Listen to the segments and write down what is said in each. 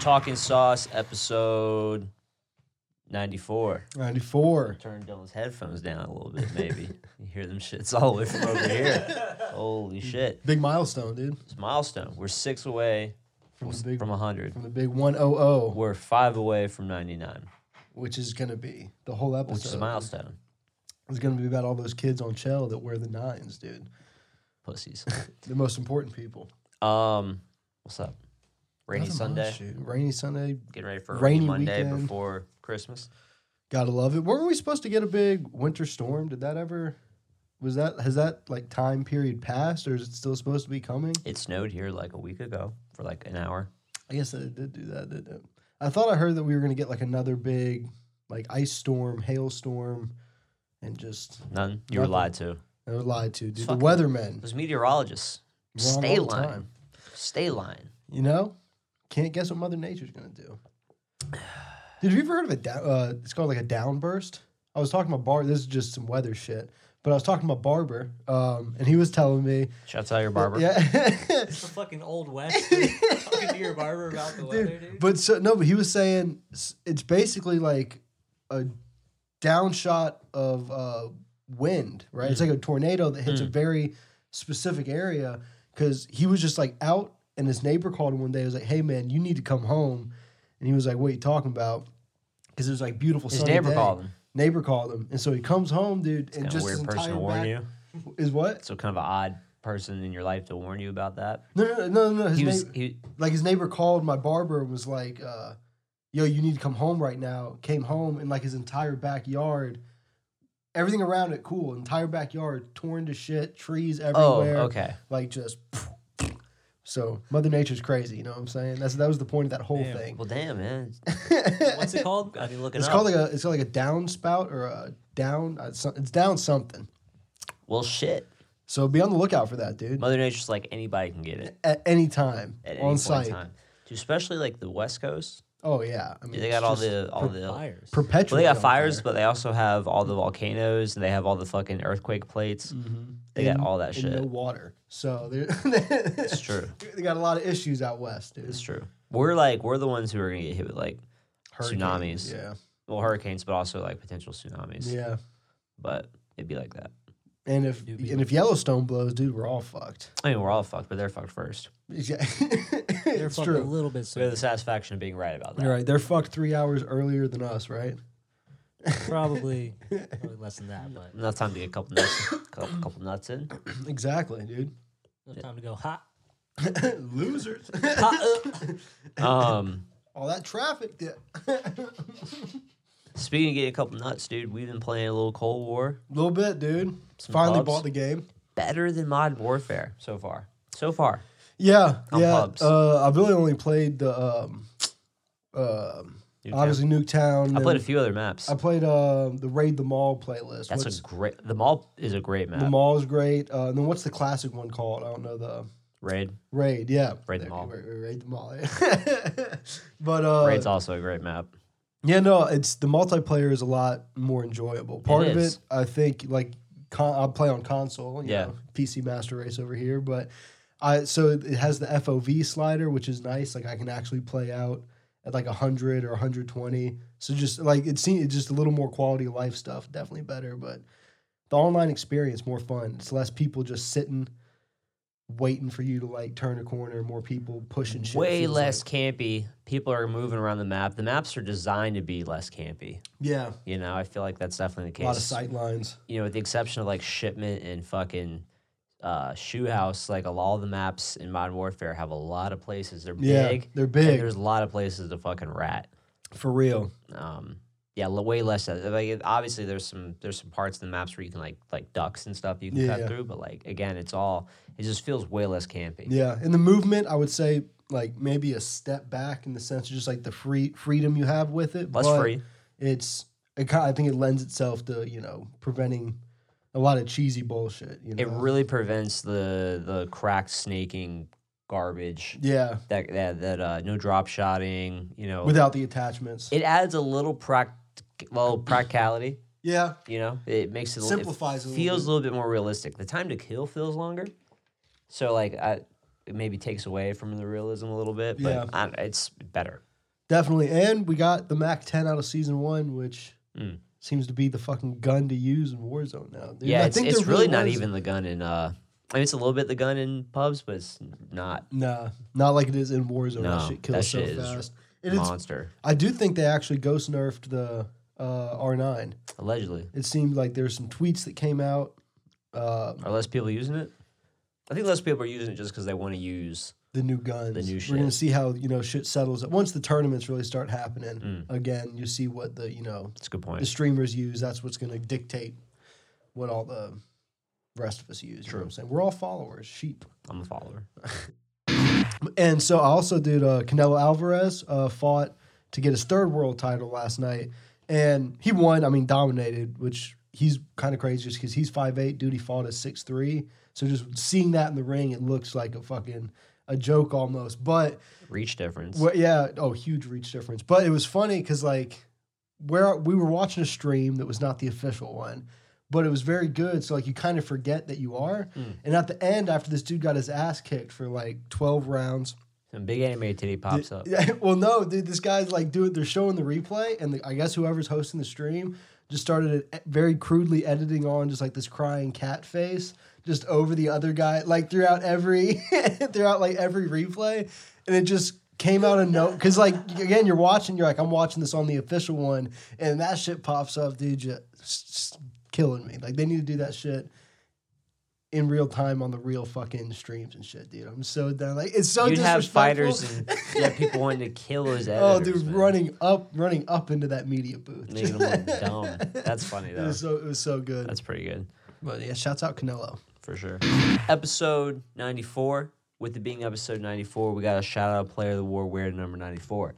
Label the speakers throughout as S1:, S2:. S1: Talking Sauce, episode 94.
S2: 94.
S1: Turn Dylan's headphones down a little bit, maybe. you hear them shits all the way from over here. Holy shit.
S2: Big milestone, dude.
S1: It's a milestone. We're six away
S2: From the big
S1: from 100.
S2: from the big 100,
S1: We're five away from 99,
S2: which is going to be the whole episode.
S1: which is a milestone.
S2: It's going to be about all those kids on Shell that wear the nines, dude.
S1: Pussies.
S2: The most important people.
S1: Um, What's up? Rainy
S2: Nothing much,
S1: Sunday.
S2: dude. Rainy Sunday.
S1: Getting ready for a
S2: Rainy
S1: rainy Monday
S2: weekend.
S1: before Christmas.
S2: Gotta love it. Weren't we supposed to get a big winter storm? Did that ever. Was that. Has that, like, time period passed or is it still supposed to be coming?
S1: It snowed here like a week ago for like an hour.
S2: I guess that it did do that, didn't it? I thought I heard that we were going to get, like, another big, like, ice storm, hailstorm, and just.
S1: None. You were
S2: Nothing.
S1: lied to.
S2: I was lied to, dude. The
S1: Fucking-
S2: weathermen.
S1: It was meteorologists.
S2: Wrong
S1: Stay
S2: all the
S1: line.
S2: time.
S1: Stay line.
S2: You know, can't guess what Mother Nature's gonna do. Did you ever heard of a down? Uh, it's called like a downburst. I was talking to my bar. This is just some weather shit. But I was talking to my barber, um, and he was telling me,
S1: Shouts out your barber.
S2: yeah,
S3: It's the fucking old west. dude. Talking to your barber about the weather, dude.
S2: dude. But so no, but he was saying s- it's basically like a downshot of uh, wind, right?
S1: Mm.
S2: It's like a tornado that hits a very specific area. Because he was just like out, and his neighbor called him one day. He was like, "Hey man, you need to come home," and he was like, "What are you talking about?" Because it was like beautiful.
S1: His
S2: sunny
S1: neighbor
S2: day.
S1: called him.
S2: Neighbor called him, and so he comes home, dude, and
S1: Kind of
S2: just
S1: weird
S2: his
S1: person to
S2: entire
S1: warn
S2: back-
S1: you.
S2: is what?
S1: So kind of an odd person in your life to warn you about that.
S2: No, no, no, no. no his
S1: He was
S2: neighbor-
S1: he,
S2: like his neighbor called my barber and was like, uh, "Yo, you need to come home right now." Came home and like his entire backyard, everything around it, cool, entire backyard torn to shit, trees
S1: Oh,
S2: everywhere.
S1: okay.
S2: Like just. So Mother Nature's crazy, you know what I'm saying? That's that was the point of that whole
S3: Damn.
S2: thing.
S1: Well damn man.
S3: What's it called?
S1: Gotta be looking
S2: It's
S1: up.
S2: called like a it's called like a downspout or a down. uh, so- It's down something.
S1: well shit.
S2: So be on the lookout for that, dude.
S1: Mother Nature's like anybody can get it
S2: At any time,
S1: at any
S2: on
S1: point
S2: site.
S1: in time. Dude, especially like the West Coast.
S2: Oh yeah, I mean
S1: They
S2: it's
S1: got all
S2: just
S1: the all the
S3: Fires.
S2: perpetual.
S1: Well, they got fires, but they also have all the volcanoes and they have all the fucking earthquake plates. They got all that
S2: and
S1: shit.
S2: Mm-hmm. no water. So they're-
S1: It's true.
S2: they got a lot of issues out west, dude.
S1: It's true. We're like we're the ones who are gonna get hit with like tsunamis.
S2: Yeah.
S1: well hurricanes, but also like potential tsunamis.
S2: Yeah.
S1: But it'd be like that.
S2: And if and if Yellowstone blows, dude, we're all fucked.
S1: I mean, we're all fucked, but they're fucked first.
S2: Yeah.
S3: They're
S2: it's
S3: fucking a
S2: true.
S3: little bit
S1: We have
S3: so
S1: the satisfaction of being right about that.
S2: You're right. They're fucked three hours earlier than us, right?
S3: probably, probably less than that, but
S1: Enough time to get a couple nuts, couple, couple nuts in.
S2: Exactly, dude.
S3: enough time to go hot.
S2: Losers.
S1: Um,
S2: all that traffic. Yeah.
S1: speaking of getting a couple nuts, dude, we've been playing a little Cold War.
S2: little bit, dude. Finally
S1: pubs.
S2: bought the game.
S1: Better than Modern Warfare so far. So far,
S2: Yeah,
S1: On
S2: yeah.
S1: pubs.
S2: Uh, I've really only played the um, um
S1: Nuketown.
S2: obviously Nuketown.
S1: I
S2: and-
S1: played a few other maps.
S2: I played uh, the Raid the Mall playlist.
S1: That's
S2: What's-
S1: a great. The mall is a great map.
S2: the mall's great. Uh, and then what's the classic one called? I don't know the
S1: Raid.
S2: Raid. Yeah,
S1: Raid the
S2: There-
S1: Mall.
S2: Ra- Ra- Raid the Mall. but uh,
S1: Raid's also a great map.
S2: yeah, no, it's the multiplayer is a lot more enjoyable. Part of
S1: is.
S2: it, I think, like con- I play on console. You
S1: Yeah.
S2: know, PC Master Race over here, but I so it has the FOV slider, which is nice. Like I can actually play out at like hundred or hundred twenty. So just like it seems, it's just a little more quality of life stuff. Definitely better, but the online experience more fun. It's less people just sitting. Waiting for you to like turn a corner, more people pushing shit. it
S1: Way
S2: feels
S1: less
S2: like.
S1: campy. People are moving around the map. The maps are designed to be less campy.
S2: yeah,
S1: You know, I feel like that's definitely the case.
S2: a lot of sight lines.
S1: you know, with the exception of like shipment and fucking uh, shoe house, like a lot of the maps in Modern Warfare have a lot of places. They're
S2: Yeah,
S1: big.
S2: they're
S1: and
S2: big.
S1: there's a lot of places to fucking rat.
S2: For real.
S1: Um, yeah, l- way less. Of, like it- obviously, there's some there's some parts of the maps where you can like like ducks and stuff you can
S2: Yeah.
S1: cut through. But like again, it's all it just feels way less campy.
S2: Yeah, and the movement, I would say, like maybe a step back in the sense of just like the free freedom you have with it.
S1: Less
S2: but
S1: free.
S2: It's it, ki- I think it lends itself to you know preventing a lot of cheesy bullshit. You know,
S1: It really prevents the the crack snaking garbage
S2: yeah,
S1: that that, that uh, no drop shotting. You know,
S2: without the attachments.
S1: it adds a little prac well practicality.
S2: yeah,
S1: You know, it makes it a-
S2: Simplifies
S1: It
S2: it a little
S1: feels a little bit more realistic. The time to kill feels longer, so like I, it maybe takes away from the realism a little bit. But
S2: Yeah.
S1: I, it's better.
S2: Definitely. And we got the Mac 10 out of season one, which
S1: Mm.
S2: seems to be the fucking gun to use in Warzone now. dude.
S1: yeah, it's, it's
S2: there
S1: really not
S2: was-
S1: even the gun in. Uh, I mean, it's a little bit the gun in pubs, but it's not
S2: Nah, not like it is in Warzone.
S1: No,
S2: that shit kills
S1: that shit is
S2: so fast. And it's,
S1: monster.
S2: I do think they actually ghost nerfed the uh, R9.
S1: Allegedly,
S2: It seemed like there's some tweets that came out. Uh,
S1: are less people using it? I think less people are using it just because they want to use.
S2: the new guns.
S1: new
S2: We're gonna
S1: shit.
S2: see how you know shit settles. Once the tournaments really start happening
S1: Mm.
S2: again, you see what the you know
S1: That's a good
S2: the
S1: point.
S2: streamers use. That's what's gonna dictate what all the rest of us use. You know
S1: True.
S2: what I'm saying we're all followers, sheep.
S1: I'm a follower.
S2: And so I also did uh, Canelo Alvarez uh, fought to get his third world title last night, and he won. I mean, dominated, which he's kind of crazy just because he's 5'8", dude. He fought at 6'3". So just seeing that in the ring, it looks like a fucking a joke almost, but.
S1: Reach difference.
S2: Well, yeah. Oh, huge reach difference. But it was funny because like where we were watching a stream that was not the official one, but it was very good. So like you kind of forget that you are.
S1: Mm.
S2: And at the end, after this dude got his ass kicked for like twelve rounds,
S1: Some big animated titty pops up.
S2: yeah, well, no, dude, this guy's like doing. They're showing the replay, and the, I guess whoever's hosting the stream just started e- very crudely editing on just like this crying cat face just over the other guy, like throughout every throughout like every replay, and it just came out of no because like again you're watching you're like i'm watching this on the official one and that shit pops up dude just s- s- killing me like they need to do that shit in real time on the real fucking streams and shit dude i'm so done like it's so
S1: You'd have
S2: disrespectful.
S1: fighters and yeah, people wanting to kill his
S2: Oh,
S1: editors.
S2: dude,
S1: man.
S2: running up, running up into that media booth.
S1: making them look dumb. That's funny
S2: It
S1: though.
S2: was so it was so good.
S1: That's pretty good
S2: but yeah, shouts out Canelo.
S1: for sure. Episode ninety four. With it being episode ninety four, we got a shout out player of the war wear number ninety four.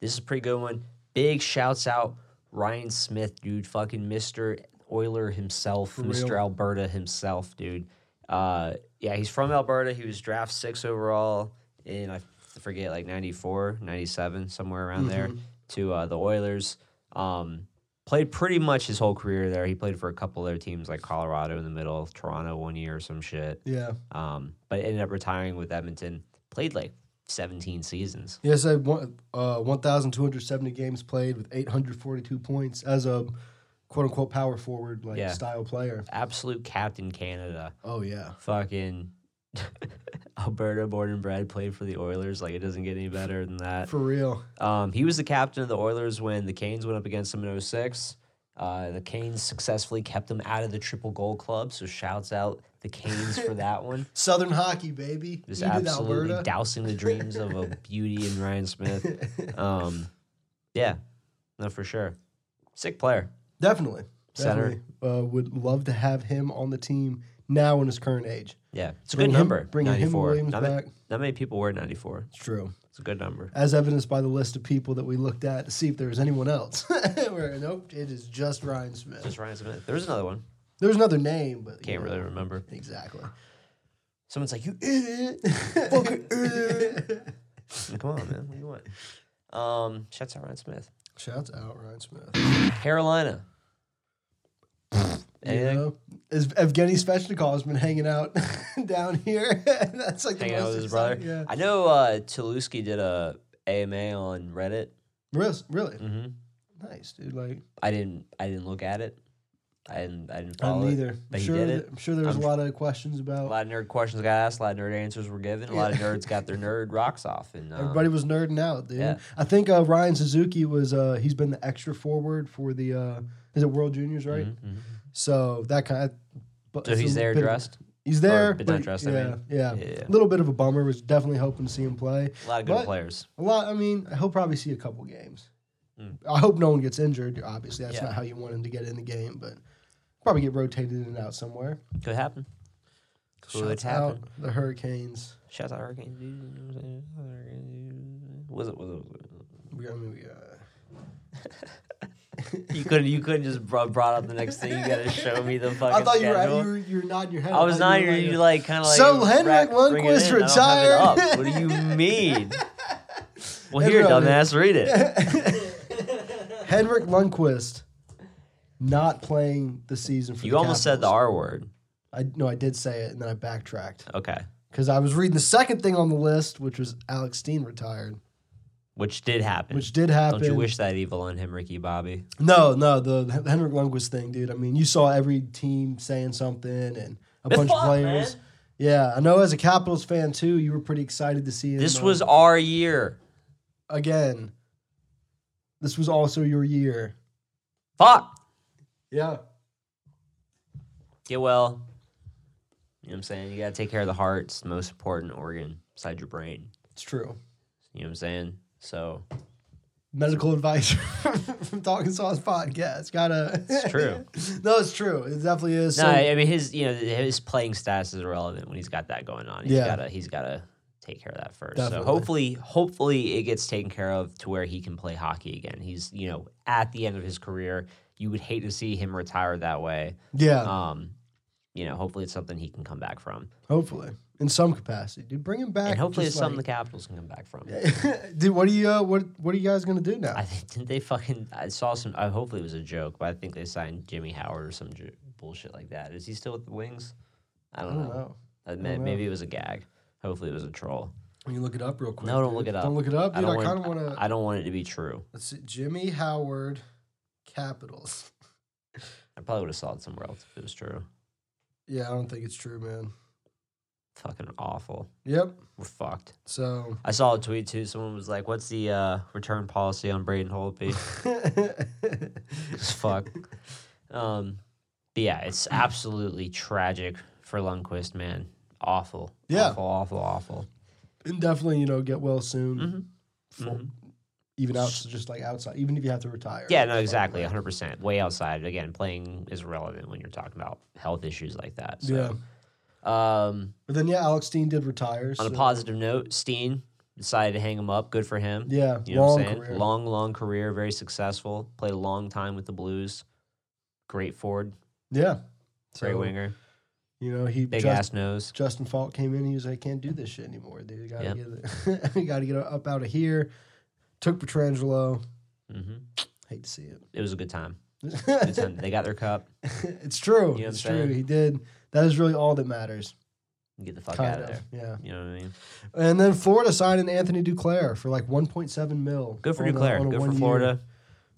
S1: This is a pretty good one. Big shouts out Ryan Smith, dude. Fucking Mr. Euler himself, Mr.
S2: real.
S1: Alberta himself, dude. Uh, yeah, he's from Alberta. He was draft six overall in, I forget, like 94, 97, somewhere around
S2: Mm-hmm.
S1: there to uh, the Oilers. Um, played pretty much his whole career there. He played for a couple other teams like Colorado in the middle, Toronto one year or some shit.
S2: Yeah,
S1: Um, but ended up retiring with Edmonton. Played like 17 seasons.
S2: yes, I won, uh, one thousand two hundred seventy games played with eight hundred forty two points as a quote unquote power forward like
S1: Yeah.
S2: style player.
S1: Absolute captain Canada.
S2: Oh yeah,
S1: fucking Alberta born and bred played for the Oilers. Like it doesn't get any better than that.
S2: for real.
S1: Um, he was the captain of the Oilers when the Canes went up against him in 06. Uh, the Canes successfully kept them out of the triple goal club, so shouts out the Canes for that one.
S2: Southern hockey, baby.
S1: Just
S2: You did
S1: absolutely
S2: Alberta.
S1: dousing the dreams of a beauty in Ryan Smith. Um, yeah, no, for sure. Sick player.
S2: Definitely.
S1: Center.
S2: Definitely. Uh, would love to have him on the team now in his current age.
S1: Yeah, it's a
S2: Bring
S1: good
S2: him-
S1: number.
S2: bringing him and
S1: 94.
S2: Williams
S1: not, ma-
S2: back.
S1: not many people wear 94.
S2: It's true.
S1: It's a good number.
S2: as evidenced by the list of people that we looked at to see if there was anyone else. Where nope, it is just Ryan Smith.
S1: Just Ryan Smith. There's another one.
S2: There was another name, but you
S1: Can't
S2: know,
S1: really remember.
S2: exactly.
S1: Someone's like, "You idiot, fucking idiot." Come on, man. What do you want? Um, shouts out Ryan Smith,
S2: Shouts out Ryan Smith.
S1: Carolina.
S2: You
S1: Anything?
S2: know, is Evgeny Svechnikov has been hanging out down here. That's like the
S1: Hanging out
S2: most
S1: with his brother.
S2: exciting-
S1: I know uh, Toulousky did a AMA on Reddit.
S2: Yeah, really, really
S1: hmm
S2: nice, dude. Like
S1: I didn't. I didn't look at it. I didn't. I didn't
S2: I
S1: follow
S2: didn't
S1: it.
S2: either.
S1: but
S2: I'm
S1: he
S2: sure.
S1: did
S2: that-
S1: it.
S2: I'm sure there was
S1: I'm
S2: a lot of questions
S1: A
S2: about.
S1: lot of nerd questions got asked. A lot of nerd answers were given. A lot of nerds got their nerd rocks off. And um,
S2: Everybody was nerding out, dude.
S1: yeah.
S2: I think uh, Ryan Suzuki was. Uh, he's been the extra forward for the. Uh, is it World Juniors, right?
S1: Mhm, mhm.
S2: So that kind of. But
S1: So
S2: it's a
S1: he's there
S2: bit of-
S1: dressed.
S2: he's there,
S1: but
S2: but
S1: not dressed, I
S2: Yeah,
S1: mean.
S2: yeah.
S1: Yeah.
S2: A little bit of a bummer. Was definitely hoping to see him play
S1: A lot of good
S2: But-
S1: players.
S2: a lot. I mean, he'll probably see a couple games.
S1: Mm.
S2: I hope no one gets injured. Obviously, that's
S1: Yeah.
S2: not how you want him to get in the game, but probably get rotated in and out somewhere.
S1: Could happen. Could
S2: Shouts
S1: happen.
S2: out the Hurricanes.
S1: Shouts out Hurricane Dude. You know what I'm saying? Hurricane Dude. Was it? Was it? Was
S2: We got, I mean, we got-
S1: it? You couldn't. You couldn't just brought, brought up the next thing. You gotta show me the fucking.
S2: I thought you were,
S1: schedule.
S2: you were you were nodding your head.
S1: I was not.
S2: thought you
S1: You
S2: were
S1: like,
S2: like,
S1: like kind of like.
S2: So, Henrik
S1: wrap- bring it
S2: Lundqvist
S1: in. I don't have it up.
S2: retired.
S1: What do you mean? Well, here,
S2: Everyone-
S1: dumbass, read it.
S2: Henrik Lundqvist not playing the season for
S1: You
S2: the
S1: almost said the
S2: Capitals.
S1: R word.
S2: I no, I did say it, and then I backtracked.
S1: Okay.
S2: because I was reading the second thing on the list, which was Alex Steen retired.
S1: which did happen.
S2: which did happen.
S1: Don't you wish that evil on him, Ricky Bobby?
S2: No, no, the the Henrik Lundqvist thing, dude. I mean, you saw every team saying something and a
S1: It's
S2: bunch
S1: fun,
S2: of players.
S1: man.
S2: Yeah, I know. As a Capitals fan too, you were pretty excited to see him.
S1: This
S2: uh,
S1: was our year.
S2: again. This was also your year.
S1: Fuck.
S2: Yeah,
S1: Get well. You know what I'm saying? You got to take care of the heart. It's the most important organ beside your brain.
S2: it's true.
S1: You know what I'm saying? So
S2: Medical advice from Talking Sauce podcast. Gotta. It's
S1: true.
S2: no, it's true. It definitely is.
S1: no,
S2: So-
S1: I I mean his you know his playing stats is irrelevant when he's got that going on. He's
S2: Yeah.
S1: gotta he's gotta take care of that first.
S2: Definitely.
S1: So hopefully hopefully it gets taken care of to where he can play hockey again. He's you know at the end of his career. You would hate to see him retire that way.
S2: yeah,
S1: Um, you know hopefully it's something he can come back from,
S2: hopefully in some capacity, dude. Bring him back.
S1: and hopefully it's
S2: just
S1: something
S2: like-
S1: the Capitals can come back from.
S2: dude, what are you? Uh, what What are you guys gonna do now?
S1: I think didn't they fucking I saw some. I hopefully it was a joke, but I think they signed Jimmy Howard or some ju- bullshit like that. Is he still with the Wings? I don't,
S2: I don't
S1: know.
S2: know.
S1: Uh,
S2: don't
S1: may,
S2: know.
S1: maybe it was a gag. Hopefully it was a troll.
S2: When you look it up real quick.
S1: No, don't
S2: dude.
S1: look it up.
S2: Don't look it up,
S1: I
S2: dude. I,
S1: don't want-
S2: kind of want to.
S1: I don't want it to be true.
S2: Let's see. Jimmy Howard, Capitals.
S1: I probably would have saw it somewhere else if it was true.
S2: Yeah, I don't think it's true, man.
S1: Fucking awful.
S2: Yep.
S1: We're fucked.
S2: So
S1: I saw a tweet too. Someone was like, "What's the uh, return policy on Braden Holtby?" It's fuck. Um, but yeah, it's absolutely tragic for Lundqvist, man. Awful.
S2: Yeah.
S1: Awful. Awful. Awful.
S2: and definitely, you know, get well soon.
S1: Mhm.
S2: For- Even out, just like outside, even if you have to retire.
S1: Mm-hmm. Yeah,
S2: it's
S1: no,
S2: fine,
S1: exactly.
S2: right?
S1: 100%. Way outside. Again, playing is relevant when you're talking about health issues like that.
S2: Yeah.
S1: So, um,
S2: But then, yeah, Alex Dean did retire.
S1: on a
S2: so-
S1: positive note, Steen decided to hang him up. Good for him.
S2: Yeah.
S1: You know
S2: long
S1: what I'm saying?
S2: career.
S1: Long, long career. Very successful. Played a long time with the Blues. Great forward.
S2: yeah.
S1: Great
S2: So,
S1: winger.
S2: You know, he
S1: Big
S2: just,
S1: ass nose.
S2: Justin Falk came in. He was like, I can't do this shit anymore, dude. You gotta
S1: Yeah.
S2: get it. you gotta get up out of here. Took Petrangelo.
S1: hmm
S2: Hate to see it.
S1: It was a good time. Good time. they got their cup.
S2: it's true.
S1: You know what
S2: it's
S1: I'm
S2: true.
S1: saying?
S2: He did. That is really all that matters.
S1: Get the fuck
S2: kind
S1: out of
S2: of.
S1: there.
S2: Yeah.
S1: You know what I mean?
S2: And then Florida signing Anthony Duclair for like 1.7 mil.
S1: Good for
S2: on a-
S1: Duclair.
S2: on a
S1: Good for
S2: one-year-
S1: Florida.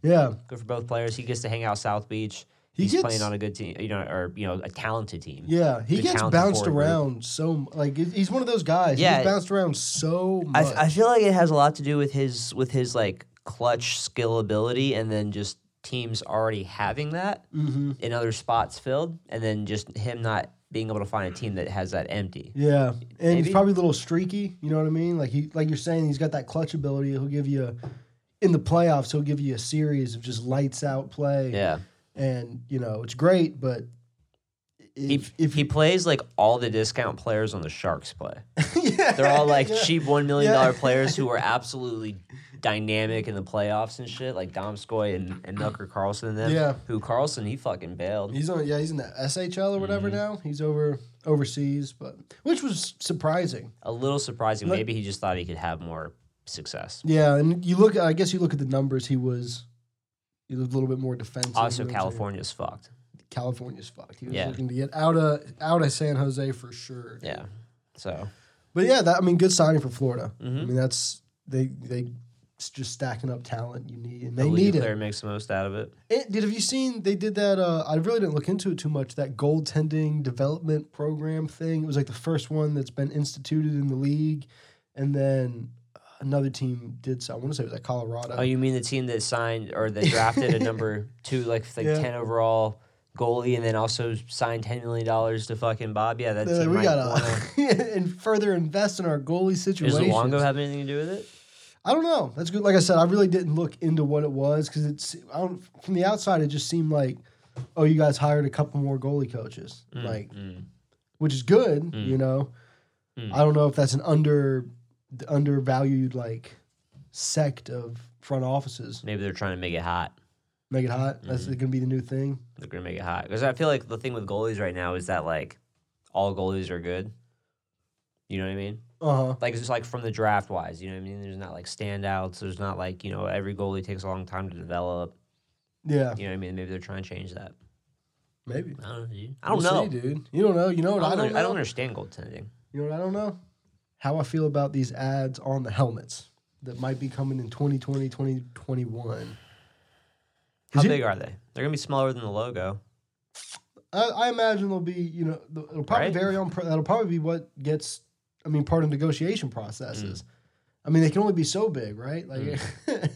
S2: Yeah.
S1: Good for both players. He gets to hang out South Beach.
S2: He
S1: He's
S2: gets,
S1: playing on a good team, you know, or you know, a talented team.
S2: Yeah. He
S1: the
S2: gets
S1: talented
S2: bounced
S1: forward group.
S2: around so m- like he- he's one of those guys. Yeah.
S1: Yeah.
S2: He's bounced around so
S1: I,
S2: much.
S1: I feel like it has a lot to do with his with his like clutch skill ability, and then just teams already having that
S2: hmm
S1: in other spots filled, and then just him not being able to find a team that has that empty.
S2: Yeah. And he's
S1: Maybe.
S2: probably a little streaky, you know what I mean? Like he like you're saying he's got that clutch ability. He'll give you a, in the playoffs, he'll give you a series of just lights out play.
S1: Yeah,
S2: And, you know, it's great, but
S1: he
S2: if if
S1: he plays like all the discount players on the Sharks play.
S2: yeah,
S1: They're all like
S2: yeah.
S1: cheap one million
S2: Yeah.
S1: dollar players who are absolutely dynamic in the playoffs and shit, like Domskoy and, and Milker Carlson and them.
S2: Yeah.
S1: Who Carlson he fucking bailed.
S2: He's on yeah, he's in the SHL or whatever
S1: Mm-hmm.
S2: now. He's over overseas, but which was surprising.
S1: A little surprising.
S2: Look-
S1: Maybe he just thought he could have more success.
S2: Yeah, and you look I guess you look at the numbers he was he was a little bit more defensive.
S1: Also,
S2: you know what I'm saying?
S1: California's fucked.
S2: California's fucked. He was
S1: Yeah.
S2: looking to get out of out of San Jose for sure. dude.
S1: Yeah. So
S2: But yeah, that I mean good signing for Florida. I
S1: Mhm.
S2: mean that's they they s- just stacking up talent you need and they
S1: hopefully
S2: need it.
S1: Duclair makes the most out of it.
S2: It- Did have you seen they did that? Uh, I really didn't look into it too much. That goaltending development program thing. It was like the first one that's been instituted in the league, and then another team did. So I want to say it was at Colorado.
S1: Oh, you mean the team that signed or that drafted a number two, like like
S2: Yeah.
S1: ten overall goalie, and then also signed ten million dollars to fucking Bob? Yeah, that
S2: They're like,
S1: team
S2: we
S1: might wanna-
S2: gotta and further invest in our goalie
S1: Does
S2: situation.
S1: Luongo have anything to do with it?
S2: I don't know. That's good. Like I said, I really didn't look into what it was because it's I don't, from the outside it just seemed like, oh, you guys hired a couple more goalie coaches. Like
S1: Mm.
S2: which is good, you know.
S1: Mm.
S2: I don't know if that's an under undervalued like sect of front offices.
S1: Maybe they're trying to make it hot.
S2: Make it hot. That's
S1: Mm-hmm.
S2: gonna be the new thing.
S1: They're gonna make it hot because I feel like the thing with goalies right now is that like all goalies are good. You know what I mean?
S2: Uh huh.
S1: Like it's just like from the draft wise, you know what I mean? There's not like standouts. There's not like you know every goalie takes a long time to develop.
S2: Yeah,
S1: You know what I mean? Maybe they're trying to change that.
S2: maybe.
S1: I don't know. dude. I don't
S2: We'll
S1: know.
S2: see, dude. You don't know. You know
S1: I
S2: what
S1: don't,
S2: I don't,
S1: under-
S2: know.
S1: I don't understand goaltending.
S2: You know what I don't know. How I feel about these ads on the helmets. that might be coming in 2020, 2021.
S1: How
S2: Is it-
S1: big are they? They're gonna be smaller than the logo.
S2: I, I imagine it'll be, you know, the- it'll probably
S1: Right?
S2: vary on. pr- That'll probably be what gets, I mean, part of the negotiation
S1: Mm.
S2: processes. I mean, they can only be so big, right? Like,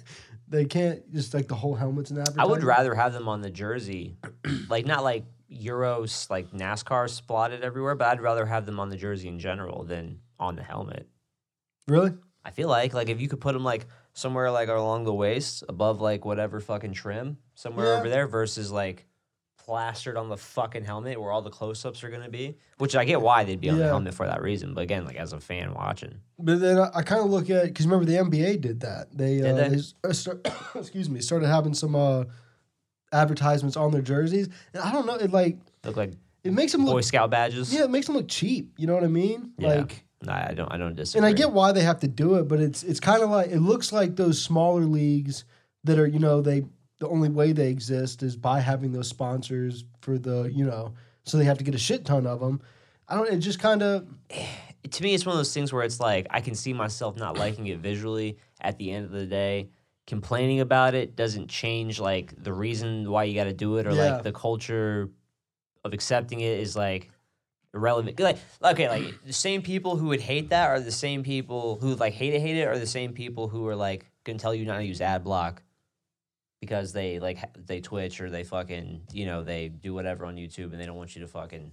S2: they can't just like the whole helmets and that.
S1: I would rather have them on the jersey, like not like Euros, like NASCAR spotted everywhere, but I'd rather have them on the jersey in general than on the helmet.
S2: Really?
S1: I feel like like if you could put them like somewhere like along the waist, above like whatever fucking trim, somewhere
S2: Yeah.
S1: over there, versus like plastered on the fucking helmet where all the close-ups are gonna be. Which I get why they'd be on the
S2: Yeah.
S1: helmet for that reason, but again, like as a fan watching,
S2: But then I, I kind of look at because remember the NBA did that. They,
S1: Did
S2: uh,
S1: they?
S2: they s- uh, start, excuse me started having some uh, advertisements on their jerseys, and I don't know. It like
S1: look like
S2: it makes them
S1: Boy
S2: look
S1: Scout badges.
S2: yeah, it makes them look cheap. You know what I mean?
S1: Yeah.
S2: Like,
S1: Nah, I don't. I don't disagree.
S2: and I get why they have to do it, but it's it's kind of like it looks like those smaller leagues that are you know they the only way they exist is by having those sponsors for the you know so they have to get a shit ton of them. I don't. It just kind of
S1: to me, it's one of those things where it's like I can see myself not liking it visually. At the end of the day, complaining about it doesn't change like the reason why you got to do it or
S2: Yeah.
S1: like the culture of accepting it is like irrelevant. Like okay, like the same people who would hate that are the same people who like hate it, hate it, are the same people who are like gonna tell you not to use ad block because they like ha- they Twitch or they fucking you know they do whatever on YouTube and they don't want you to fucking